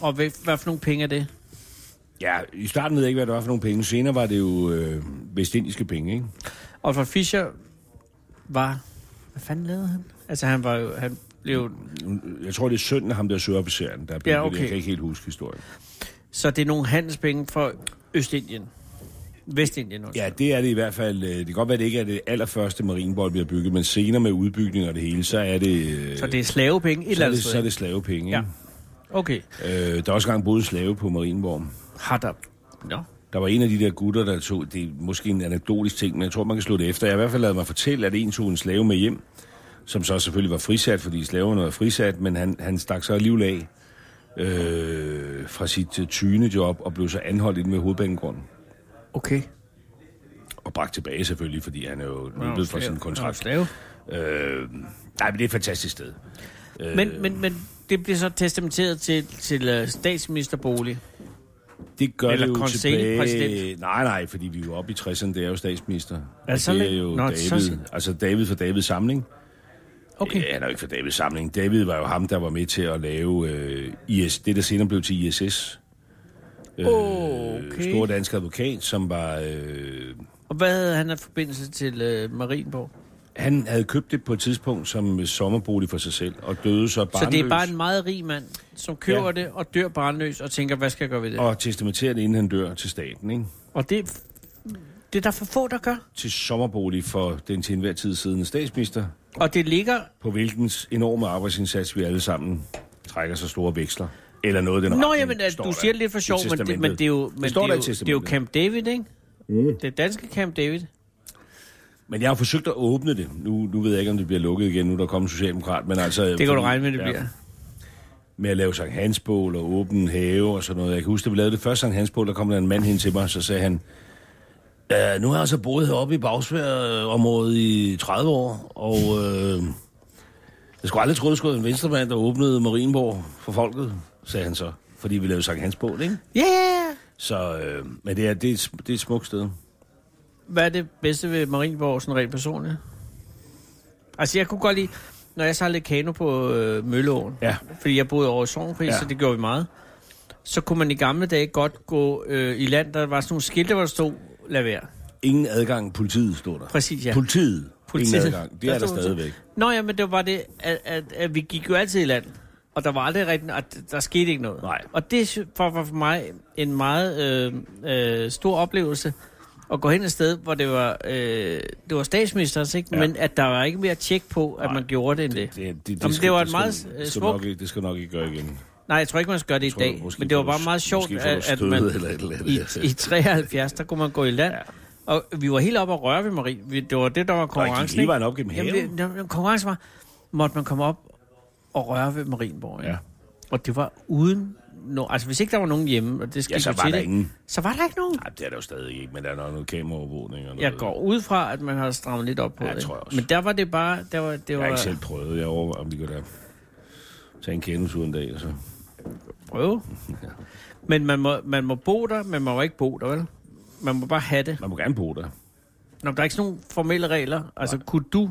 B: Og hvad, hvad for nogle penge er det?
C: Ja, i starten ved jeg ikke, hvad det var for nogle penge. Senere var det jo øh, vestindiske penge, ikke?
B: Oliver Fischer var... Hvad fanden lavede han? Altså, han var jo... Han, blev...
C: Jeg tror, det er sønnen af ham, der søger officeren, der er blevet
B: Ja,
C: det.
B: okay.
C: Jeg kan ikke helt huske historien.
B: Så det er nogle handelspenge fra Østindien. Vestindien også.
C: Ja, det er det i hvert fald. øh, Det kan godt være, det ikke er det allerførste marineborg, vi har bygget, men senere med udbygning og det hele, så er det... øh,
B: Så det er slavepenge et
C: så
B: eller
C: er
B: andet
C: det, så er
B: sted.
C: det slavepenge.
B: Ja.
C: Ja.
B: Okay.
C: Øh, der er også engang boet slave på Marienborg.
B: Har der... Nå.
C: Der var en af de der gutter, der tog, det er måske en anekdotisk ting, men jeg tror, man kan slå det efter. Jeg har i hvert fald lavet mig fortælle, at en tog en slave med hjem, som så selvfølgelig var frisat, fordi slaverne var frisat, men han, han stak så alligevel af øh, fra sit øh, tyende job og blev så anholdt inde ved hovedbanegården.
B: Okay.
C: Og bragt tilbage selvfølgelig, fordi han er jo løbet fra sin kontrakt.
B: Slave.
C: Øh, nej, men det er et fantastisk sted. Øh.
B: Men, men, men det blev så testamenteret til, til øh, statsministerbolig.
C: Det gør
B: Eller
C: det jo
B: Kong Selig
C: tilbage...
B: præsident.
C: Nej, nej, fordi vi er jo oppe i 60'erne, det er jo statsminister.
B: Er
C: Og
B: det så
C: det er
B: længe?
C: jo
B: Nå,
C: David,
B: så sent.
C: altså David for Davids samling.
B: Okay.
C: Ja, han er jo ikke for Davids samling. David var jo ham, der var med til at lave øh, IS, det, der senere blev til ISS. Øh,
B: Okay.
C: Store dansk advokat, som var... Øh,
B: Og hvad havde han af forbindelse til øh, Marienborg?
C: han havde købt det på et tidspunkt som sommerbolig for sig selv, og døde så barnløs.
B: Så det er bare en meget rig mand, som køber ja.
C: Ja.
B: det og dør barnløs og tænker, hvad skal jeg gøre ved det? Og,
C: Og testamenteret, inden han dør til staten, ikke?
B: og det, er- det er der for få, der gør.
C: Til sommerbolig for den til enhver tid siddende statsminister,
B: Og det ligger...
C: på hvilkens enorme arbejdsindsats vi alle sammen trækker så store veksler. Eller noget i den
B: Nå,
C: retning,
B: jamen, altså,
C: står
B: du
C: der
B: siger det lidt for
C: i
B: sjov, men det,
C: testamentet.
B: men det er jo, men
C: det,
B: det
C: står
B: er
C: der
B: jo,
C: i
B: det er jo
C: testamentet.
B: Camp David, ikke? Mm. Det danske Camp David.
C: Men jeg har forsøgt at åbne det. Nu, nu ved jeg ikke, om det bliver lukket igen, nu er der kommer en socialdemokrat. Men altså,
B: Det kan du regne med, det
C: ja,
B: bliver.
C: Med at lave Sankt Hansbål og åbne have og sådan noget. Jeg kan huske, da vi lavede det første Sankt Hansbål, der kom der en mand hen til mig, så sagde han, "Øh, nu har jeg så boet heroppe i Bagsværområdet i 30 år, og øh, jeg skulle aldrig tro, det skulle være en venstremand, der åbnede Marienborg for folket, sagde han så. Fordi vi lavede Sankt Hansbål, ikke?
B: Ja, yeah!
C: Så, øh, men det er, det, er, et- det er et smukt sted.
B: Hvad er det bedste ved Marienborg, sådan rent personligt? Altså, jeg kunne godt lide, når jeg sejlede kano på øh, Mølleåen,
C: Ja.
B: fordi jeg boede over i Sovnpris, ja.
C: Ja.
B: så det gjorde vi meget, så kunne man i gamle dage godt gå øh, i land, der var sådan nogle skilte, hvor der stod, lad være.
C: Ingen adgang, politiet stod der.
B: Præcis, ja.
C: Politiet.
B: Politiet.
C: Ingen adgang. Det er der
B: stod-
C: stadigvæk.
B: Nå ja, men det var bare det, at, at, at vi gik jo altid i land, og der var aldrig rigtig, at der skete ikke noget.
C: Nej.
B: Og det sy- var var for mig en meget øh, øh, stor oplevelse at gå hen et sted, hvor det var, øh, det var statsministerens, ikke? Ja.
C: Ja.
B: men at der var ikke mere tjek på, at Nej.
C: Nej.
B: man gjorde det end det.
C: Det, det, det,
B: Jamen,
C: skal-
B: det var et
C: skal-
B: meget, øh,
C: det skal
B: smuk-
C: nok ikke- Det skal nok ikke gøre igen.
B: Nej, jeg tror ikke, man skal gøre det i
C: tror, du
B: dag,
C: måske
B: men det var
C: får du-
B: bare meget sjovt,
C: måske får du
B: at, at
C: stød
B: man
C: eller et eller andet.
B: i, i 73, der kunne man gå i land. Ja. Og vi var helt oppe og røre ved Marie. Vi, det var det, der var konkurrencen.
C: hele vejen op gennem haven.
B: Jamen, det- jamen, konkurrencen var, måtte man komme op og røre ved Marienborg. Ja.
C: Ja.
B: Og det var uden... No, altså, hvis ikke der var nogen hjemme, og det skal
C: Ja, så
B: jo
C: var
B: til
C: der
B: det,
C: ingen.
B: Så var der ikke nogen.
C: Nej, det er der jo stadig ikke, men der er nok noget kameraovervågning og noget.
B: Jeg går ud fra, at man har strammet lidt op på
C: Ja,
B: det.
C: jeg tror jeg også.
B: Men der var det bare... Der var, det
C: Jeg har
B: var
C: ikke selv prøvet. Jeg overvejer, om vi kunne da tage en kendelse en dag. og Så.
B: prøve. Men man må, man må bo der, men man må ikke bo der, vel? Man må bare have det.
C: Man må gerne bo der.
B: Nå, men der er ikke sådan nogle formelle regler. Altså, Nej. kunne du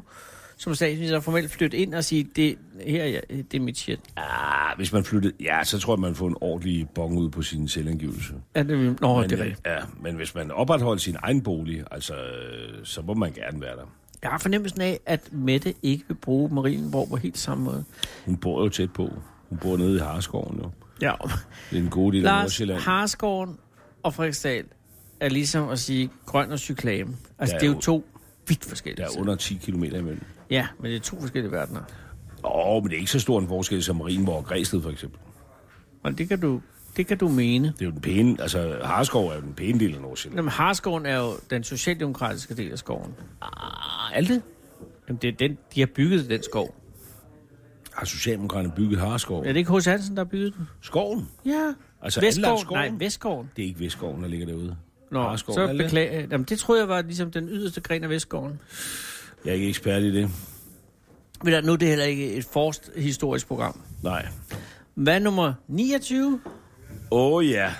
B: som statsminister formelt flytte ind og sige, det, her er, jeg, det er mit shit?
C: Ah, hvis man flyttede... Ja, så tror jeg, man får en ordentlig bong ud på sin selvangivelse.
B: Er det, nå,
C: Men,
B: det er
C: øh,
B: rigtigt.
C: ja, men hvis man opretholder sin egen bolig, altså, øh, så må man gerne være der.
B: Jeg har fornemmelsen af, at Mette ikke vil bruge Marienborg på helt samme måde.
C: Hun bor jo tæt på. Hun bor nede i Harskoven jo.
B: Ja.
C: Det er den gode del af
B: Lars
C: Nordsjælland.
B: Harsgården og Frederiksdal er ligesom at sige grøn og cyklame. Altså,
C: Der er
B: det er jo
C: jo-
B: to vidt
C: Der
B: forskellige
C: er
B: ting.
C: under 10 km imellem.
B: Ja, men det er to forskellige verdener.
C: Åh, oh, men det er ikke så stor en forskel som Marienborg og Græsted, for eksempel.
B: Og det kan du, det kan du mene.
C: Det er jo den pæne, altså Harskov er jo den pæne del af Nordsjælland.
B: Jamen, Harskoven er jo den socialdemokratiske del af skoven.
C: Ah, alt det?
B: Jamen, det er den, de har bygget den skov.
C: Har Socialdemokraterne bygget Harskov?
B: Er det ikke hos Hansen, der har bygget den?
C: Skoven?
B: Ja.
C: Altså
B: Vestgården?
C: anlagt skoven?
B: Nej, Vestgården.
C: Det er ikke Vestskoven, der ligger derude.
B: Nå,
C: Harskoven, er
B: så
C: det det?
B: beklager jeg. Jamen, det troede jeg var ligesom den yderste gren af Vestgården.
C: Jeg er ikke ekspert i det.
B: Men der- nu er det heller ikke et forst historisk program.
C: Nej.
B: Hvad er nummer 29?
C: Åh oh, ja.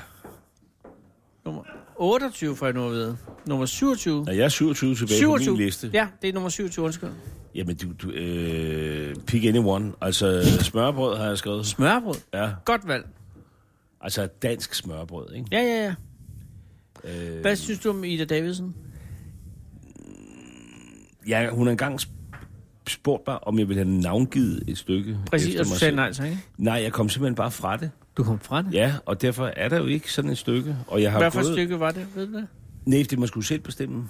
B: Nummer 28, får jeg nu at vide. Nummer 27.
C: Når jeg er 27 tilbage 27. på
B: 27.
C: min liste.
B: Ja, det er nummer 27, undskyld.
C: Jamen, du, du øh, pick anyone. Altså, smørbrød har jeg skrevet.
B: Smørbrød.
C: Ja,
B: Godt valg.
C: altså dansk smørbrød, ikke?
B: Ja, ja, ja.
C: Øh,
B: Hvad synes du om Ida Davidsen?
C: ja, hun har engang sp- spurgt mig, om jeg ville have navngivet et stykke.
B: Præcis,
C: efter
B: og du
C: mig
B: sagde
C: selv.
B: nej til, ikke?
C: Nej, jeg kom simpelthen bare fra det.
B: Du kom fra det.
C: Ja, og derfor er der jo ikke sådan et stykke. Og jeg har
B: Hvad for
C: gået...
B: et stykke var det, ved du det?
C: Nej, det man skulle selv bestemme.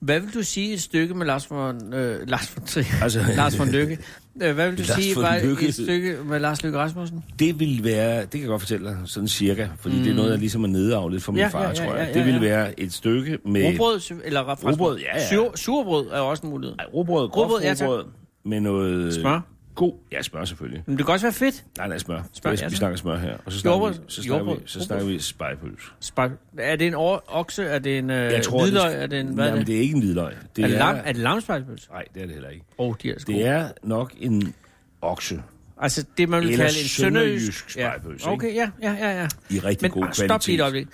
B: Hvad vil du sige et stykke med Lars von, øh, Lars von Trier,
C: Altså-
B: Lars von Lykke? Øh, Hvad vil du
C: Lars
B: sige
C: von
B: var
C: Lykke.
B: et stykke med Lars Løkke Rasmussen?
C: Det ville være, det kan jeg godt fortælle dig, sådan cirka, fordi mm. det er noget, jeg ligesom er nedarvet fra min
B: Ja,
C: far,
B: ja, ja,
C: tror jeg.
B: ja, ja,
C: det ville
B: ja.
C: være et stykke med...
B: Rugbrød, sy- eller fra- fra-
C: Rugbrød, ja, ja.
B: Sur, surbrød er jo også en mulighed.
C: Nej, rugbrød,
B: Rugbrød,
C: groft
B: ja, tak.
C: rugbrød, med noget...
B: Smør.
C: God, ja, smør selvfølgelig.
B: Men det kan også være fedt.
C: Nej, nej, smør.
B: Smør,
C: smør
B: ja,
C: vi
B: tak.
C: snakker smør her. Og så snakker vi,
B: Jordbrød.
C: så snakker vi,
B: Jordbrød.
C: så snakker vi spejepølse.
B: Spark. Er det en or- okse? Er det en øh,
C: Jeg tror, det-
B: hvidløg? Er det en, hvad
C: Jamen,
B: er det?
C: det er ikke en hvidløg. Det
B: Er det, lam, er det lamspejlpølse?
C: Nej, det er det heller ikke.
B: Åh, oh, de er sgu.
C: Det er nok en okse
B: Altså det, man vil
C: Eller
B: kalde en sønderjysk
C: sønderjysk spegepølse,
B: ja.
C: ikke?
B: Okay, ja, ja, ja. ja.
C: i rigtig
B: Men
C: god
B: ah,
C: kvalitet.
B: stop lige et øjeblik.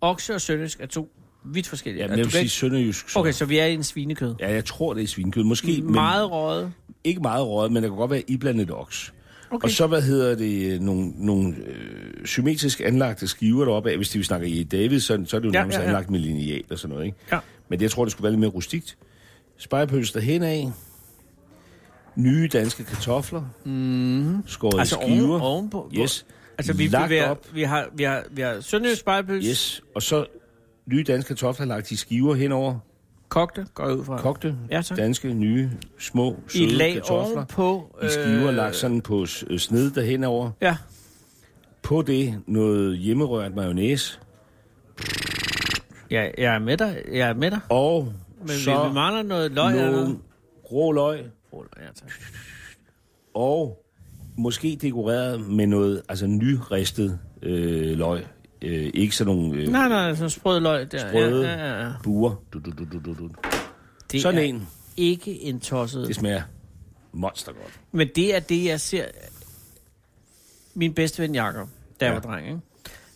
B: Okse og sønderjysk er to vidt forskellige.
C: Ja,
B: Er
C: men jeg
B: du kan
C: vil sige
B: ikke-
C: sønderjysk. så-
B: Okay, så vi er i en svinekød.
C: Ja, jeg tror, det er svinekød. Måske, men
B: Meget røget.
C: ikke meget røget, men der kan godt være iblandet oks. Okay. Og så, hvad hedder det, øh, nogle, nogle øh, symmetrisk anlagte skiver deroppe af. Hvis de vi snakker i David, så, så er det jo
B: Ja,
C: ja, nærmest
B: ja,
C: ja,
B: ja.
C: ja. anlagt med lineal og sådan noget, ikke?
B: Ja.
C: Men det, jeg tror, det skulle være lidt mere rustikt. Spejepølse derhen af. Nye danske kartofler. Mm-hmm. Skåret
B: Altså
C: i skiver.
B: oven- ovenpå-
C: Yes.
B: Altså vi
C: lagt
B: bevæger,
C: op.
B: vi har, vi har, vi har sønderjysk spejlpølse, yes.
C: Yes. Og så nye danske kartofler lagt i skiver henover.
B: kogte, går jeg ud fra.
C: Kogte
B: Ja, tak.
C: danske, nye, små,
B: I et
C: søde
B: lag
C: kartofler.
B: ovenpå. øh,
C: I skiver lagt sådan på s- øh, sned derhen over.
B: Ja,
C: På det noget hjemmerørt mayonnaise.
B: jeg, jeg er med dig. Jeg er med dig.
C: Og
B: Men
C: så
B: vi mangler noget løg eller noget.
C: nogle rå løg.
B: Ruller, Ja, tak.
C: Og måske dekoreret med noget altså nyristet øh, løg. Øh, ikke sådan nogle øh,
B: Nej, nej, sådan sprød løg der.
C: Sprøde.
B: Ja, ja, ja.
C: buer. Du, du, du, du, du, du.
B: Det
C: Sådan
B: er
C: en.
B: ikke en tosset.
C: Det smager monster godt.
B: Men det er det, jeg ser... Min bedste ven Jacob, da jeg
C: Ja.
B: var dreng, ikke?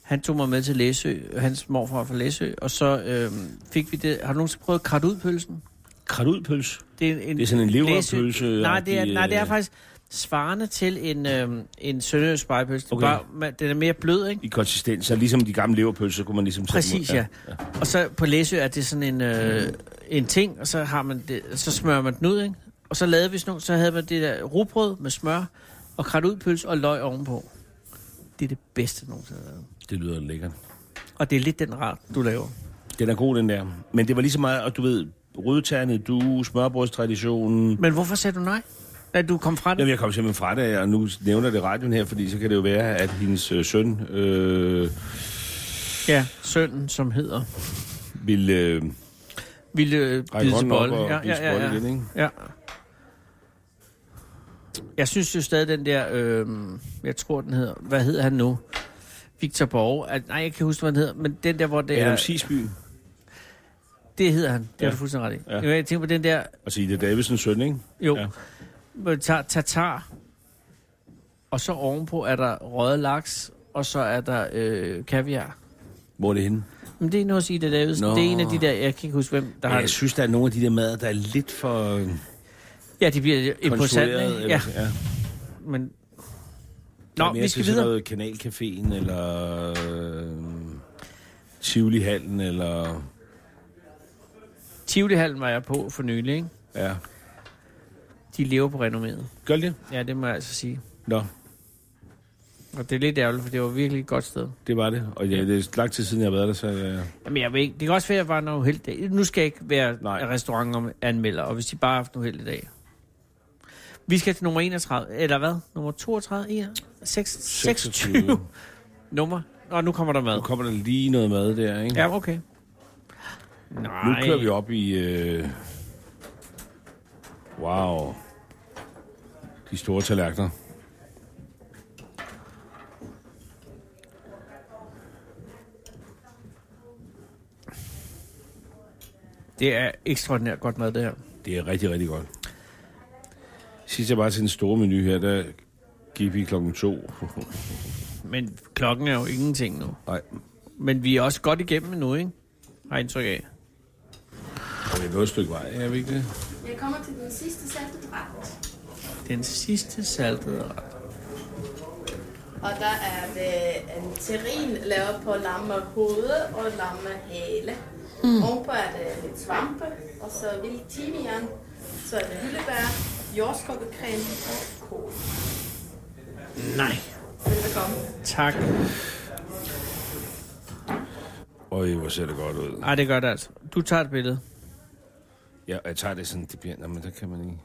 B: han tog mig med til Læsø, hans morfar er fra Læsø, og så øhm, fik vi det... Har du nogensinde prøvet kratudpølsen?
C: Kratudpølse.
B: Det er, en,
C: Det er sådan en
B: Læsø-
C: leverpølse,
B: Nej, det er,
C: agtig,
B: nej, det er
C: øh,
B: faktisk svarende til en, øhm, en sønderjysk spejepølse.
C: Okay.
B: Okay. Den er mere blød, ikke?
C: I konsistens. Så ligesom de gamle leverpølser, så kunne man ligesom... sætte dem
B: Præcis,
C: ud.
B: ja. Og så på Læsø er det sådan en, øh, en ting, og så, har man det, så smører man den ud, ikke? Og så lavede vi sådan nogle, så havde man det der rugbrød med smør, og kratudpølse og løg ovenpå. Det er det bedste nogensinde. har lavet.
C: Det lyder lækkert.
B: Og det er lidt den ret, du laver.
C: Den er god, den der. Men det var lige så meget, og du ved, rødternet, du, smørbrødstraditionen.
B: Men hvorfor sagde du nej? Da du kom fra
C: Jamen,
B: det?
C: jeg kom simpelthen fra det, og nu nævner det i radioen her, fordi så kan det jo være, at hendes øh, søn øh,
B: Ja, sønnen, som hedder.
C: vil øh,
B: Ville øh,
C: række
B: bide til
C: hånden op
B: bolden.
C: og
B: Ja,
C: blive
B: ja, ja,
C: igen,
B: ja.
C: ikke?
B: ja. Jeg synes jo stadig den der, øh, jeg tror den hedder, hvad hedder han nu? Victor Borg. At, nej, jeg kan ikke huske, hvad han hedder, men den der, hvor det
C: Ja. Adam
B: er...
C: Sisby,
B: Det hedder han. Det ja. er
C: Ja.
B: du fuldstændig ret i.
C: Ja.
B: Ja. Jeg tænker på den der,
C: altså Ida Davidsens søn, ikke?
B: jo,
C: Ja.
B: ja. tager tatar, og så ovenpå er der røget laks, og så er der øh, kaviar.
C: Hvor er det henne?
B: Men det er noget at sige, det er Davidsen.
C: Nå.
B: Det er en af de der, jeg kan ikke huske, hvem der
C: Ja,
B: har
C: jeg
B: det.
C: synes, der er nogle af de der mader, der er lidt for øh,
B: Ja, de bliver imposant,
C: konstrueret.
B: ikke?
C: eller-
B: Ja,
C: ja.
B: men...
C: Der er
B: Nå,
C: mere
B: vi
C: til
B: skal
C: sådan
B: videre.
C: Noget Kanalcaféen, eller øh, Tivoli-hallen, eller...
B: Tivoli-hallen var jeg på for nylig, ikke?
C: Ja.
B: De lever på renommet.
C: Gør det?
B: Ja, det må jeg altså sige.
C: Nå,
B: Og det er lidt ærgerligt, for det var virkelig et godt sted.
C: det var det. Og ja, det er lang tid siden, jeg har været der, så... Øh,
B: Jamen, jeg ved ikke. Det kan også være, at jeg var en uheldig dag. Nu skal jeg ikke være
C: Nej.
B: restaurantanmelder, og hvis de bare har haft en uheldig dag. Vi skal til nummer 31, eller hvad? Nummer 32, 26, 26.
C: 26.
B: nummer. Nå, nu kommer der mad.
C: Nu kommer der lige noget mad der, ikke?
B: Ja, okay. Nej.
C: Nu kører vi op i... Øh... Wow. De store tallerkener.
B: Det er ekstraordinært godt mad, det her.
C: Det er rigtig, rigtig godt. Sidst jeg var til den store menu her, der gik vi klokken to.
B: Men klokken er jo ingenting nu.
C: Nej,
B: Men vi er også godt igennem nu, ikke? Har jeg indtryk af.
C: vi er nået et stykke vej, er vi ikke det?
D: Jeg kommer til den sidste salte ret,
B: Den sidste saltede ret.
D: og der er det en terrin lavet på lamme hoved og lamme hale. Mm. Ovenpå er det lidt svampe, og så vildt timian, så er det hyldebær,
F: jordskokkecreme og kål.
B: Nej.
F: Velbekomme.
B: Tak.
C: Øj, hvor ser det godt ud.
B: Ej, det gør det altså. Du tager et billede.
C: Jeg, jeg tager det sådan, det bliver... Nå, men der kan man ikke...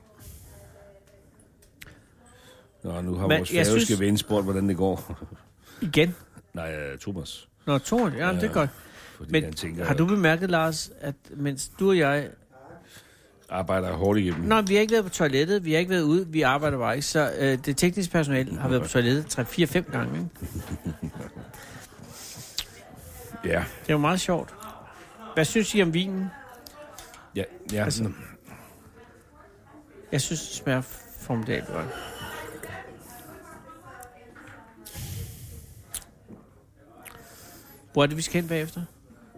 C: Nå, nu har
B: Men
C: men vores
B: jeg
C: færøske
B: synes-
C: synes... ven spurgt, hvordan det går.
B: Igen.
C: Nej, øh, Thomas.
B: Nå, to. Ja, ja, det er godt.
C: Fordi
B: Men
C: han tænker,
B: har du bemærket, Lars, at mens du og jeg...
C: arbejder hårdt igennem.
B: Nå, vi har ikke været på toilettet, vi har ikke været ude, vi arbejder bare ikke, så øh, det tekniske personale har været på toilettet 3-4-5 gange. Ikke?
C: Ja,
B: Det er jo meget sjovt. Hvad synes I om vinen?
C: ja, ja.
B: Altså-
C: Altså...
B: Jeg synes, det smager formidabelt godt. Hvor er det, vi skal hen bagefter?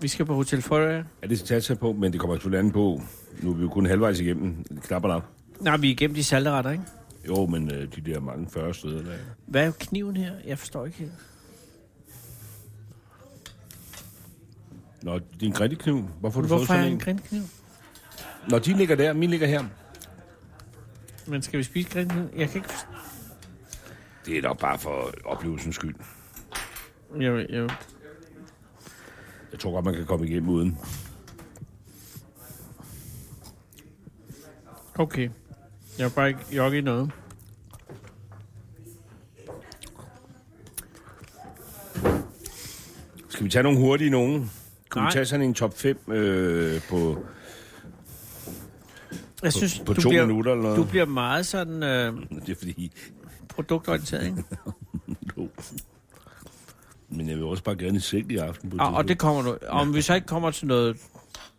B: Vi skal på Hotel Florida.
C: Er det tæt sig på, men det kommer selvfølgelig an på. Nu er vi jo kun halvvejs igennem. Knapper op.
B: Nej, vi er igennem de salteretter, ikke?
C: Jo, men øh, de der mange 40 steder der.
B: Hvad er kniven her? Jeg forstår ikke helt.
C: Nå, det er en græntekniv. Hvorfor har du fået
B: Hvorfor er
C: sådan
B: en
C: en?
B: grindkniv?
C: Nå, de ligger der, min ligger her.
B: Men skal vi spise grindkniv? Jeg kan ikke forstå.
C: Det er nok bare for oplevelsens skyld.
B: Jo, jo.
C: Jeg tror godt, man kan komme igennem uden.
B: Okay. Jeg er bare ikke jogge i noget.
C: Skal vi tage nogle hurtige nogen? Kan
B: Nej.
C: vi tage sådan en top 5 øh, på...
B: Jeg synes,
C: på
B: du,
C: to
B: bliver,
C: minutter eller noget?
B: du bliver meget sådan øh,
C: Det er fordi...
B: produktorienteret, ikke?
C: No. Men jeg vil også bare gerne i seng i aften. På et
B: Og, og det
C: tidspunkt.
B: kommer du. Og om vi så ikke kommer til noget,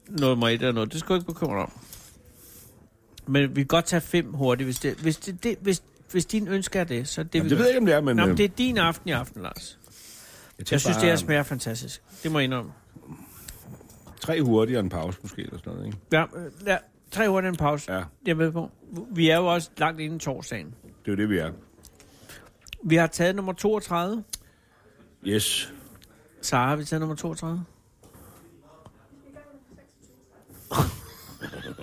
B: noget mig eller noget, det skal du ikke bekymre dig om. Men vi kan godt tage fem hurtigt, hvis, det, hvis, det, det, hvis, hvis din ønske er det, så er det
C: Jamen,
B: vi
C: det ved jeg ikke, om det er, men...
B: Nå,
C: øh,
B: men det er din aften i aften, Lars.
C: tænker
B: Jeg synes, det
C: bare
B: her smager fantastisk. Det må jeg indrømme.
C: Tre hurtigere og en pause måske, eller sådan noget, ikke?
B: Ja, øh, ja, tre hurtigt en pause. Ja.
C: Ja,
B: Det er jeg med på. Vi er jo også langt inden torsdagen.
C: det er jo det, vi er.
B: Vi har taget nummer 32.
C: Yes.
B: Sara, har vi taget nummer 32?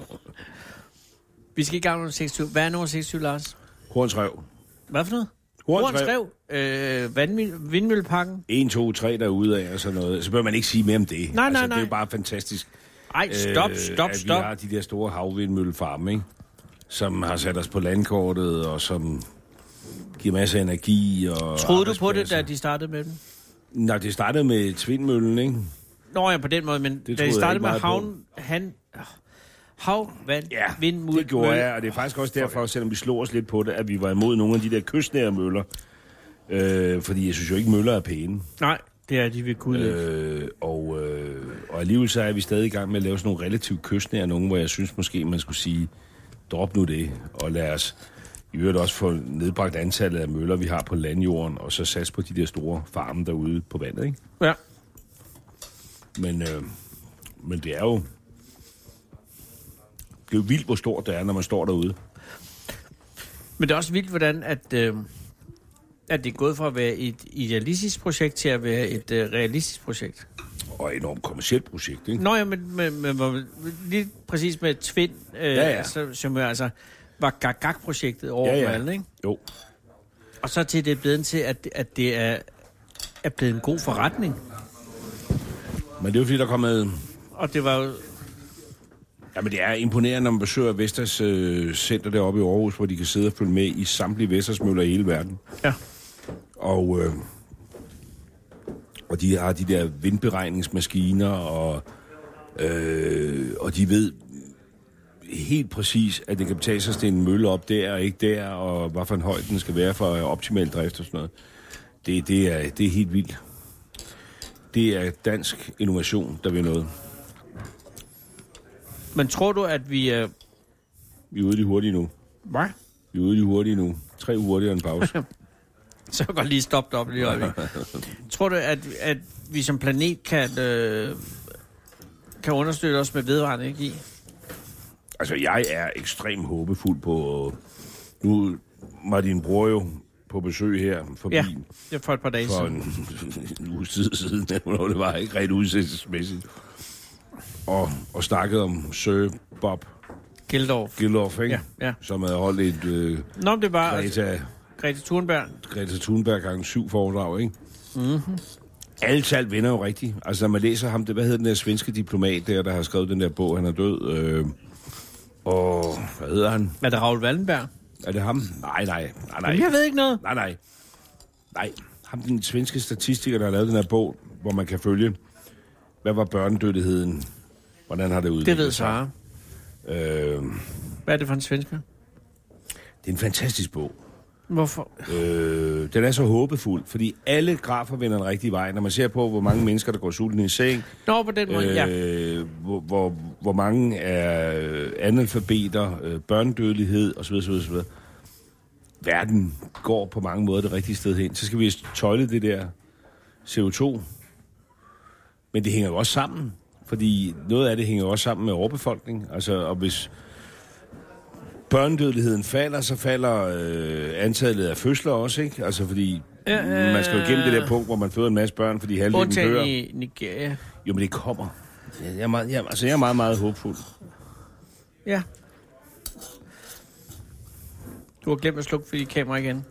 B: vi skal i gang med nummer 26. Hvad er nummer 26, Lars?
C: Hornsrev.
B: Hvad for noget?
C: Hornsrev.
B: Øh, vandmøl- vindmøllepakken.
C: 1, 2, 3 derude af og sådan noget. Så bør man ikke sige mere om det.
B: Nej, nej,
C: altså, Det
B: nej.
C: er jo bare fantastisk.
B: Ej, stop,
C: øh,
B: stop,
C: at
B: stop.
C: vi har de der store havvindmøllefarme, ikke? som har sat os på landkortet, og som giver masser af energi. Og
B: Troede du på det, da
C: arbejdspladser.
B: de startede med den?
C: Nej, det startede med Tvindmøllen, ikke?
B: Nå ja, på den måde, men da
C: troede
B: de
C: jeg
B: startede
C: ikke
B: med
C: meget på.
B: havn, han, øh, hav, vand,
C: Ja,
B: vindmølle.
C: det gjorde jeg, og det er faktisk også derfor, selvom vi slog os lidt på det, at vi var imod nogle af de der kystnære møller. Øh, fordi jeg synes jo ikke, møller er pæne.
B: Nej, det er de ved Gud. Øh.
C: Øh, og, øh, og alligevel så er vi stadig i gang med at lave sådan nogle relativt kystnære nogen, hvor jeg synes måske, man skulle sige, drop nu det, og lad os i øvrigt også få nedbragt antallet af møller, vi har på landjorden, og så satse på de der store farme derude på vandet, ikke?
B: Ja.
C: Men, øh, men det er jo... Det er jo vildt, hvor stort det er, når man står derude.
B: Men det er også vildt, hvordan at, øh, at det er gået fra at være et idealistisk projekt til at være et øh, realistisk projekt.
C: Og et enormt kommersielt projekt, ikke?
B: Nå ja, men, men, men hvor- lige præcis med Tvind, øh, ja,
C: Ja,
B: ja.
C: ja.
B: Så, som jo altså var gag-gag-projektet over ja,
C: Ja,
B: ja.
C: ja.
B: Alle, ikke?
C: Jo.
B: Og så til det er blevet til, at, at det er, er blevet en god forretning.
C: Men det er jo fordi, der er kommet...
B: Og det var jo...
C: Jamen, det er imponerende, når man besøger Vestas øh, Center deroppe i Aarhus, hvor de kan sidde og følge med i samtlige Vestersmøller i hele verden.
B: Ja.
C: Og, øh, og de har de der vindberegningsmaskiner, og, øh, og de ved helt præcis, at det kan betale sig at stille en mølle op der og ikke der, og hvad for en højde den skal være for optimal drift og sådan noget. Det, det, er, det er helt vildt. Det er dansk innovation, der vil noget.
B: Men tror du, at vi... Øh,
C: Vi er ude lige hurtigt nu.
B: hvad?
C: Vi er ude lige hurtigt nu. Tre hurtigere end pause.
B: Så kan jeg godt lige stoppe det op lige i øjeblikket. Tror du, at, at vi som planet kan, øh, kan understøtte os med vedvarende energi?
C: Altså, jeg er ekstremt håbefuld på... øh, Nu var din bror jo på besøg her forbi
B: Ja,
C: ja.
B: det er for et par dage
C: for
B: siden.
C: en, en uge tid siden, eller hvornår det var ikke rent udsættelsesmæssigt. Og, og snakkede om Sir Bob
B: Geldorf.
C: Gildorf, ikke?
B: Ja, ja.
C: Som havde holdt et øh,
B: Nå, men det var altså,
C: Greta,
B: Greta Thunberg.
C: Greta Thunberg gange syv foredrag, ikke? Mm-hmm. Alle tal vinder jo rigtigt. Altså, når man læser ham, det, hvad hedder den der svenske diplomat der, der har skrevet den der bog, han er død. Øh, og hvad hedder han?
B: Er det Raoul Wallenberg?
C: Er det ham? Nej, nej, nej, nej.
B: Jamen, jeg ved ikke noget.
C: Nej, nej. Nej, ham den svenske statistiker, der har lavet den her bog, hvor man kan følge, hvad var børnedødeligheden? Hvordan har det udviklet
B: Det ved Sara.
C: sig? Øh,
B: Hvad er det for en svensker?
C: det er en fantastisk bog.
B: Hvorfor?
C: Øh, den er så håbefuld, fordi alle grafer vender den rigtige vej. Når man ser på, hvor mange mennesker, der går sultne i seng,
B: Nå, på den måde, øh, ja.
C: øh, hvor, hvor, hvor mange er øh, analfabeter, øh, børnedødelighed osv. osv., osv. Verden går på mange måder det rigtige sted hen. Så skal vi tøjle det der CO2. Men det hænger jo også sammen, fordi noget af det hænger jo også sammen med overbefolkning. Altså, og hvis børnedødeligheden falder, så falder øh, antallet af fødsler også, ikke? Altså, fordi
B: Ja, ja,
C: man skal jo gennem det der punkt, hvor man føder en masse børn, fordi halvdelen dør.
B: Undtagen i Nigeria.
C: Jo, men det kommer. Jeg jeg er meget, jeg, altså, jeg er meget, meget håbfuld.
B: Ja. Du har glemt at slukke for dit kamera igen.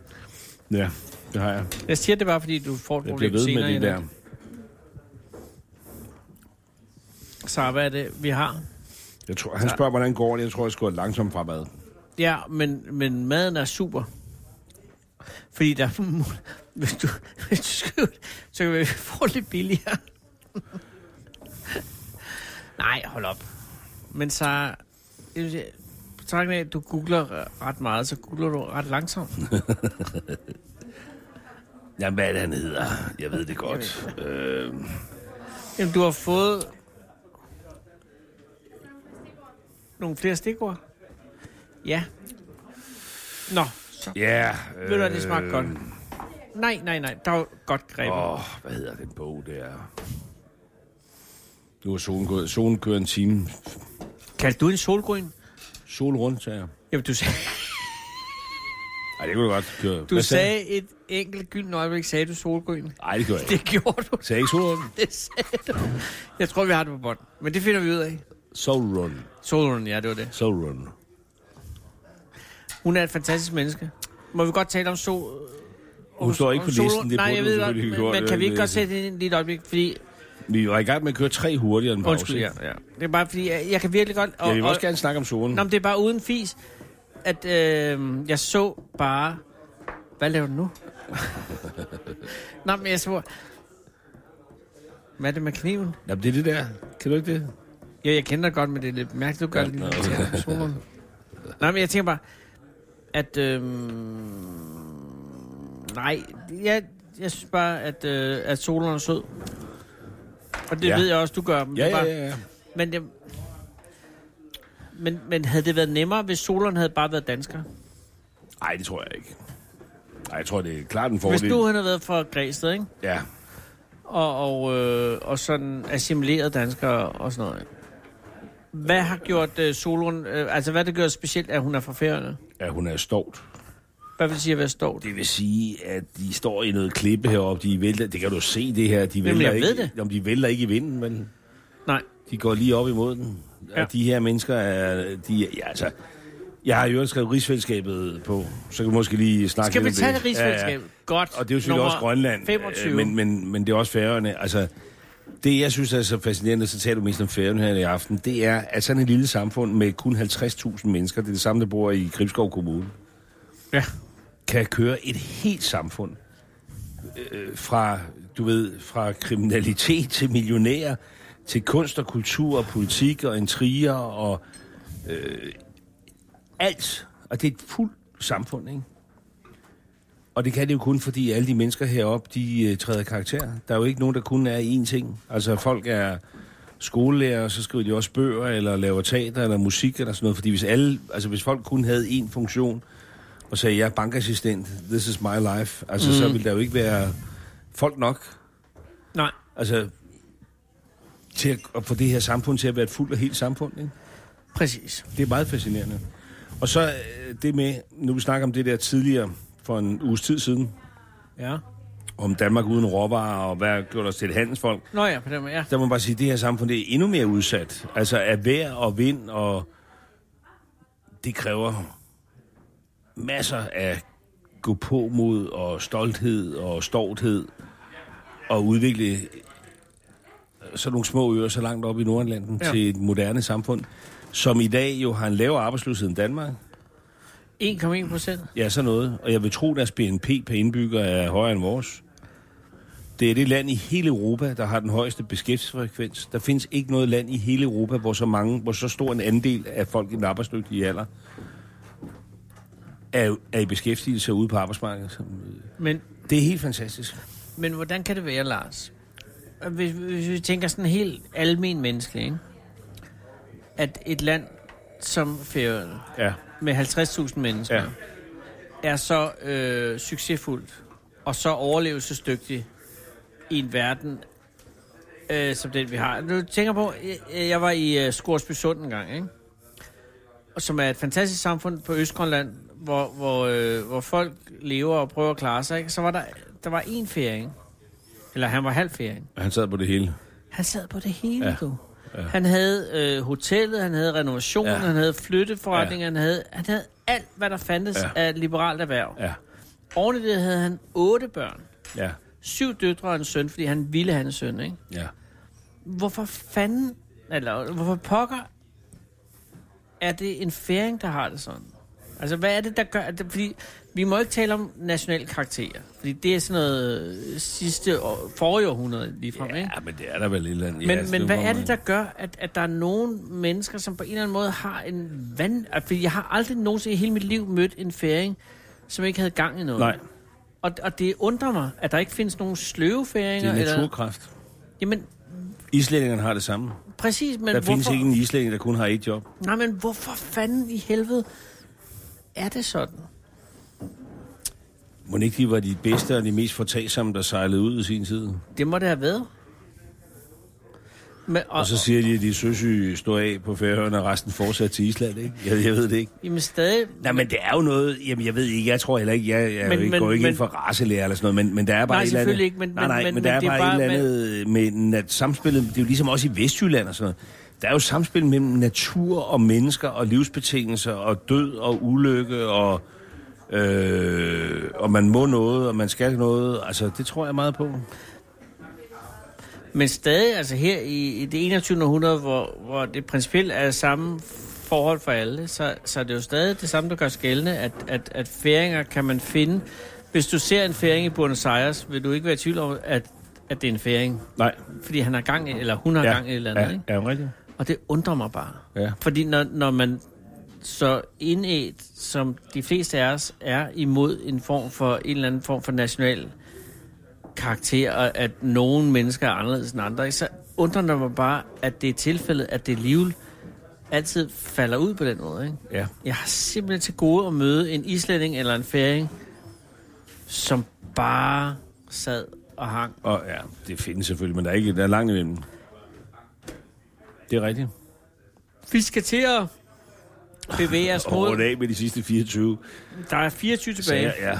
C: Ja, det har jeg.
B: Jeg siger det bare, fordi du får et
C: Jeg bliver
B: problem
C: ved med
B: senere i
C: det der.
B: dag. Så hvad er det, vi har?
C: Jeg tror, han spørger, hvordan går det. Jeg tror, jeg skal gå langsomt fremad.
B: Ja, men, men maden er super. Fordi der hvis du, hvis du skal, så kan vi få lidt billigere. Nej, hold op. Men så, jeg vil sige, på tanken af, at du googler ret meget, så googler du ret langsomt.
C: Jamen, hvad er det, han hedder? Jeg ved det godt. Øh,
B: Jamen, du har fået nogle flere stikord. Ja. Nå, så
C: ja.
B: øh... ved du, at det smagte godt. Nej, nej, nej, der var godt grebet.
C: Åh, oh, hvad hedder den bog der? Nu er solen gået. Solen kører en time.
B: Kaldte du en solgrøn?
C: Sol rundt, sagde jeg.
B: Jamen, du sagde,
C: Ej, det kunne du godt køre.
B: du sagde et enkelt gyldent øjeblik, sagde du solgrøn.
C: Nej, det gør jeg ikke.
B: Det gjorde du.
C: Sagde jeg ikke sol rundt?
B: Det sagde du. Jeg tror, vi har det på bånd. Men det finder vi ud af.
C: Sol run.
B: Solgrøn, ja, det var det.
C: Sol run.
B: Hun er et fantastisk menneske. Må vi godt tale om sol?
C: Hun står ikke på
B: om sol-
C: listen. Det
B: Nej,
C: burde
B: jeg
C: hun
B: ved godt, men,
C: selvfølgelig have gjort. Øh,
B: men kan vi ikke godt sætte det ind lige et øjeblik? Fordi,
C: Vi var i gang med at køre tre hurtigere end pause.
B: undskyld, ja, ja. Det er bare fordi, jeg, jeg kan virkelig godt... Og,
C: Jeg vil også
B: og,
C: gerne snakke om solen.
B: nå, men det er bare uden fis, at øh, jeg så bare... Hvad laver du nu? nå, men jeg så... Hvad er det med kniven?
C: Jamen, det er det der. Kan du ikke det?
B: Ja, jeg kender dig godt, men det er lidt mærkeligt, du gør det lige til solrunde. Nej, men jeg tænker bare, at... øhm, nej, jeg, jeg synes bare, at, øh, at solen er sød. Og det
C: Ja.
B: ja. ved jeg også, du gør. Men,
C: Ja,
B: det er
C: ja,
B: bare,
C: ja. ja.
B: Men, jeg, men, men havde det været nemmere, hvis solen havde bare været dansker?
C: Nej, det tror jeg ikke. Nej, jeg tror, det er klart en fordel.
B: Hvis du havde været fra Græsted, ikke?
C: Ja.
B: og, og, øh, og sådan assimilerede danskere og sådan noget. Hvad har gjort øh, Solon, øh, altså hvad har det gjort specielt, at hun er fra Færøerne?
C: ja, hun er stolt.
B: Hvad vil det sige at være stort?
C: Det vil sige, at de står i noget klippe heroppe. De vælter, det kan du se det her. De vælter
B: jeg
C: ikke,
B: ved det.
C: Om de vælter ikke i vinden, men
B: Nej,
C: de går lige op imod den. Ja.
B: Ja.
C: Og de her mennesker er... De, er- ja, altså, jeg har jo også skrevet rigsfællesskabet på, så kan vi måske lige snakke
B: Skal vi
C: lidt om
B: tage
C: det.
B: det rigsfællesskab? Godt.
C: Og det er jo selvfølgelig
B: Nummer
C: også Grønland,
B: 25.
C: øh, men, men, men det er også færgerne. Altså, det, jeg synes er så fascinerende, så taler du mest om færgerne her i aften, det er, at sådan et lille samfund med kun 50.000 mennesker, det er det samme, der bor i Gribskov Kommune,
B: Ja.
C: kan køre et helt samfund øh, fra, du ved, fra kriminalitet til millionærer, til kunst og kultur og politik og intriger og øh, alt. Og det er et fuldt samfund, ikke? Og det kan det jo kun, fordi alle de mennesker heroppe, de øh, træder i karakter. Der er jo ikke nogen, der kun er én ting. Altså folk er skolelærer, og så skriver de også bøger, eller laver teater, eller musik, eller sådan noget. Fordi hvis, alle, altså hvis folk kun havde én funktion, og sagde, jeg er bankassistent, this is my life, altså mm. så ville der jo ikke være folk nok,
B: Nej.
C: altså til at, at få det her samfund til at være et fuldt og helt samfund, ikke?
B: Præcis.
C: Det er meget fascinerende. Og så øh, det med, nu vi snakker om det der tidligere, for en uges tid siden,
B: Ja.
C: om Danmark uden råvarer, og hvad gjorde os til et handelsfolk,
B: Nå ja, på den måde, ja.
C: der må man bare sige, at det her samfund det er endnu mere udsat. Altså af vejr og vind og det kræver masser af gå på mod og stolthed og storthed og udvikle øh, sådan nogle små øer så langt op i Nordanlanden
B: Ja.
C: ja. til et moderne samfund, som i dag jo har en lavere arbejdsløshed end Danmark.
B: 1,1 procent.
C: Ja, sådan noget. Og jeg vil tro, at deres BNP per indbygger er højere end vores. Det er det land i hele Europa, der har den højeste beskæftigelsesfrekvens. Der findes ikke noget land i hele Europa, hvor så, mange, hvor så stor en andel af folk i den arbejdsdygtige alder er, er i beskæftigelse og ude på arbejdsmarkedet. Så, øh,
B: Men,
C: Det er helt fantastisk.
B: men hvordan kan det være, Lars? Hvis, hvis vi tænker sådan helt almen menneskelig, ikke? at et land som Færøerne
C: Ja,
B: med 50.000 mennesker ja.
C: Ja.
B: er så øh, succesfuldt og så overlevelsesdygtig i en verden, øh, som den vi har. Nu tænker jeg på, jeg, jeg var i øh, Skorsby Sund en gang, ikke? Og som er et fantastisk samfund på Østgrønland, hvor, hvor, øh, hvor folk lever og prøver at klare sig. Ikke? Så var der, der var en færing, eller han var halv færing,
C: og han sad på det hele.
B: han sad på det hele, ja.
C: Ja.
B: du. Ja. Han havde øh, hotellet, han havde renovationen, ja.
C: Ja.
B: han havde flytteforretninger, ja.
C: Ja.
B: han, havde, han havde alt, hvad der fandtes ja.
C: Ja.
B: af et liberalt erhverv. Ja.
C: Ja,
B: Oven i det havde han otte børn.
C: ja,
B: Syv døtre og en søn, fordi han ville have en søn, ikke?
C: ja.
B: Hvorfor fanden, eller hvorfor pokker, er det en færing, der har det sådan? Altså, hvad er det, der gør... at det- Fordi vi må ikke tale om national karakterer. Fordi det er sådan noget øh, sidste år, forrige århundrede ligefrem, ikke?
C: Ja, men det er der vel et eller andet.
B: Men,
C: ja,
B: men
C: det
B: hvad
C: må
B: er
C: man-
B: det, der gør, at, at der er nogle mennesker, som på en eller anden måde har en vand... at- Fordi jeg har aldrig nogensinde i hele mit liv mødt en færing, som ikke havde gang i noget.
C: Nej,
B: Og, og det undrer mig, at der ikke findes nogen sløve
C: det
B: færinger.
C: er
B: eller,
C: naturkraft.
B: jamen,
C: Islændingerne har det samme.
B: præcis, men
C: Der
B: hvorfor...
C: findes ikke en islænding, der kun har et job.
B: Nej, men hvorfor fanden i helvede er det sådan?
C: Må ikke de var de bedste og de mest fortagsomme, der sejlede ud i sin tid?
B: Det må det have været. Men, og,
C: Og så siger de, at de søsyge står af på færøerne, og resten fortsat til Island, ikke? Jeg, jeg ved det ikke.
B: jamen, stadig...
C: Nej, men det er jo noget... Jamen, jeg ved ikke. Jeg tror heller ikke... Jeg,
B: Men-
C: jeg men, ikke,
B: men-
C: går ikke
B: men-
C: ind for racelærer eller sådan noget, men, men der er bare
B: Nej,
C: et eller andet...
B: selvfølgelig ikke, men-
C: nej, nej,
B: men- men-
C: men, der
B: men
C: er
B: det er
C: bare,
B: bare-
C: et eller andet med nat, samspillet. Det er jo ligesom også i Vestjylland og sådan noget. Der er jo samspil mellem natur og mennesker og livsbetingelser og død og ulykke og... Øh, og man må noget, og man skal noget. Altså, det tror jeg meget på.
B: Men stadig, altså her i, i det 21. århundrede, hvor, hvor det principielt er samme forhold for alle, så, så er det jo stadig det samme, der gør skældende, at, at, at færinger kan man finde. Hvis du ser en færing i Buenos Aires, vil du ikke være i tvivl om, at, at det er en færing.
C: Nej.
B: Fordi han har gang i, eller hun har ja. gang i et eller andet.
C: ja,
B: Ja. Ikke?
C: Ja, er rigtigt.
B: Og det undrer mig bare.
C: Ja.
B: Fordi når, når man så indet, som de fleste af os er imod en form for en eller anden form for national karakter, og at nogle mennesker er anderledes end andre, ikke? så undrer det mig bare, at det er tilfældet, at det alligevel altid falder ud på den måde. Ikke?
C: Ja.
B: Jeg har simpelthen til gode at møde en islænding eller en færing, som bare sad og hang.
C: Og ja, det findes selvfølgelig, men der er, ikke, der er langt imellem. Det er rigtigt.
B: Vi skal til at bevæge os
C: Og rundt
B: mod...
C: af med de sidste 24
B: Der er 24 tilbage.
C: sager. Ja,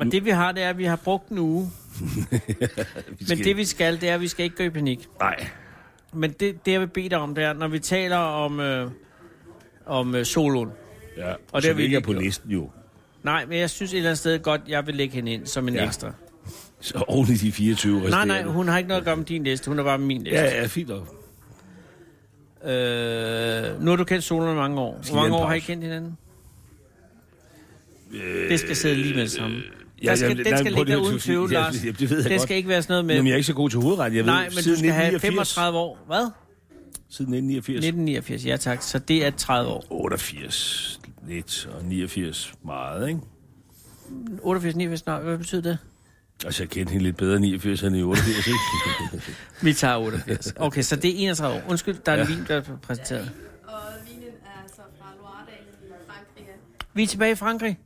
B: Og det vi har, det er, at vi har brugt en uge. Men det vi skal, det er, at vi skal ikke gå i panik.
C: Nej,
B: Men det, det jeg vil bede dig om, det er, når vi taler om, øh, om øh, soloen.
C: ja.
B: Og det
C: Og det
B: har
C: er
B: vi
C: vi ikke
B: ikke
C: på
B: gjort.
C: listen jo.
B: Nej, men jeg synes et eller andet sted godt, jeg vil lægge hende ind som en ja.
C: Ja.
B: ekstra.
C: Så oven i de 24
B: Nej,
C: resterende.
B: nej, hun har ikke noget at gøre med din liste. Hun er bare med min liste.
C: Ja, ja, fint nok.
B: Øh, nu har du kendt soloen i mange år. Hvor
C: vi have en
B: mange år har I
C: pause?
B: kendt hinanden? Øh, det skal sidde lige med det samme. Ja,
C: øh, ja,
B: skal,
C: jamen,
B: den
C: nej,
B: skal
C: prøv,
B: ligge
C: det er
B: der
C: jo
B: uden
C: tydeligt.
B: tvivl,
C: Ja,
B: Lars.
C: det- jamen, det ved jeg
B: det
C: godt.
B: skal ikke være sådan noget med...
C: Jamen, jeg er ikke så god til hovedret, jeg ved.
B: nej, men du
C: siden
B: skal have
C: 1989.
B: 35 år. Hvad?
C: Siden 1989.
B: 1989, ja tak. Så det er 30 år.
C: 88 lidt, og 89 meget, ikke?
B: 88, 89, nej, hvad betyder det?
C: Altså, jeg kendte hende lidt bedre i 89 end i 88, ikke?
B: Vi tager 88. Okay, så det er 31 år. Undskyld, der er en vin, der er præsenteret.
F: Og vinen er så fra Loiredalen i Frankrig.
B: Vi er tilbage i Frankrig.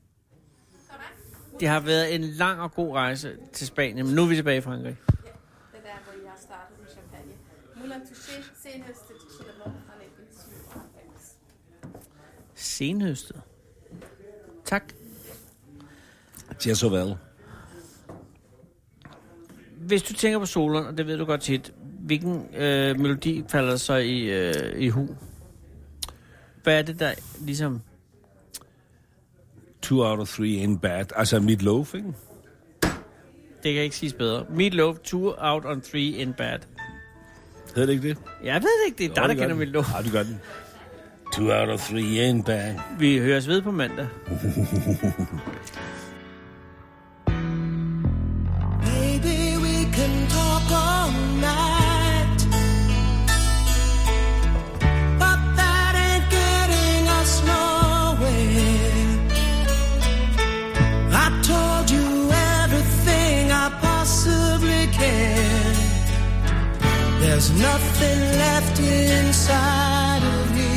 F: Korrekt.
B: Det har været en lang og god rejse til Spanien, men nu er vi tilbage i Frankrig.
F: Det er der, hvor jeg startede med champagne. Moulin Touché, senhøstet Chillemont fra 1997.
B: Senhøstet. Tak.
C: Jess Oval.
B: Hvis du tænker på solen, og det ved du godt tit, hvilken øh, melodi falder så i, øh, i hu? Hvad er det, der ligesom...
C: Two out of three in bad. Altså mit loaf, ikke?
B: Det kan ikke siges bedre. Meatloaf, two out on three in bad.
C: Hedder det ikke det?
B: Jeg ved det ikke, det er dig, der
C: det gør
B: kender
C: den.
B: Meatloaf.
C: Ja, du gør den. Two out of three in bad.
B: Vi høres ved på mandag.
E: Maybe we can talk all night. But that ain't getting us nowhere. I told you everything I possibly can. There's nothing left inside of me.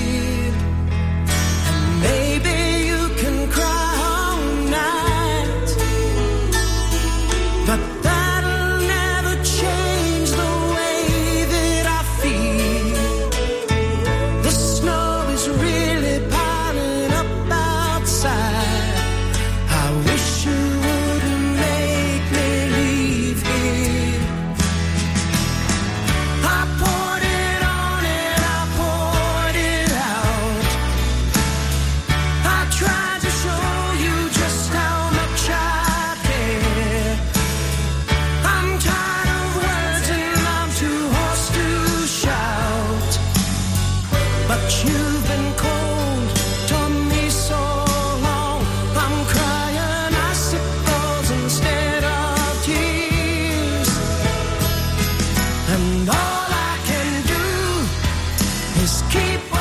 E: And maybe you can cry all night. But that'll never change the way that I feel. The snow is really piling up outside. I wish you wouldn't make me leave here. I poured it on and I poured it out. I tried to show you just how much I care. I'm tired of words and I'm too hoarse to shout. But you've been cold to me so long. I'm crying icicles instead of tears. And all I can do is keep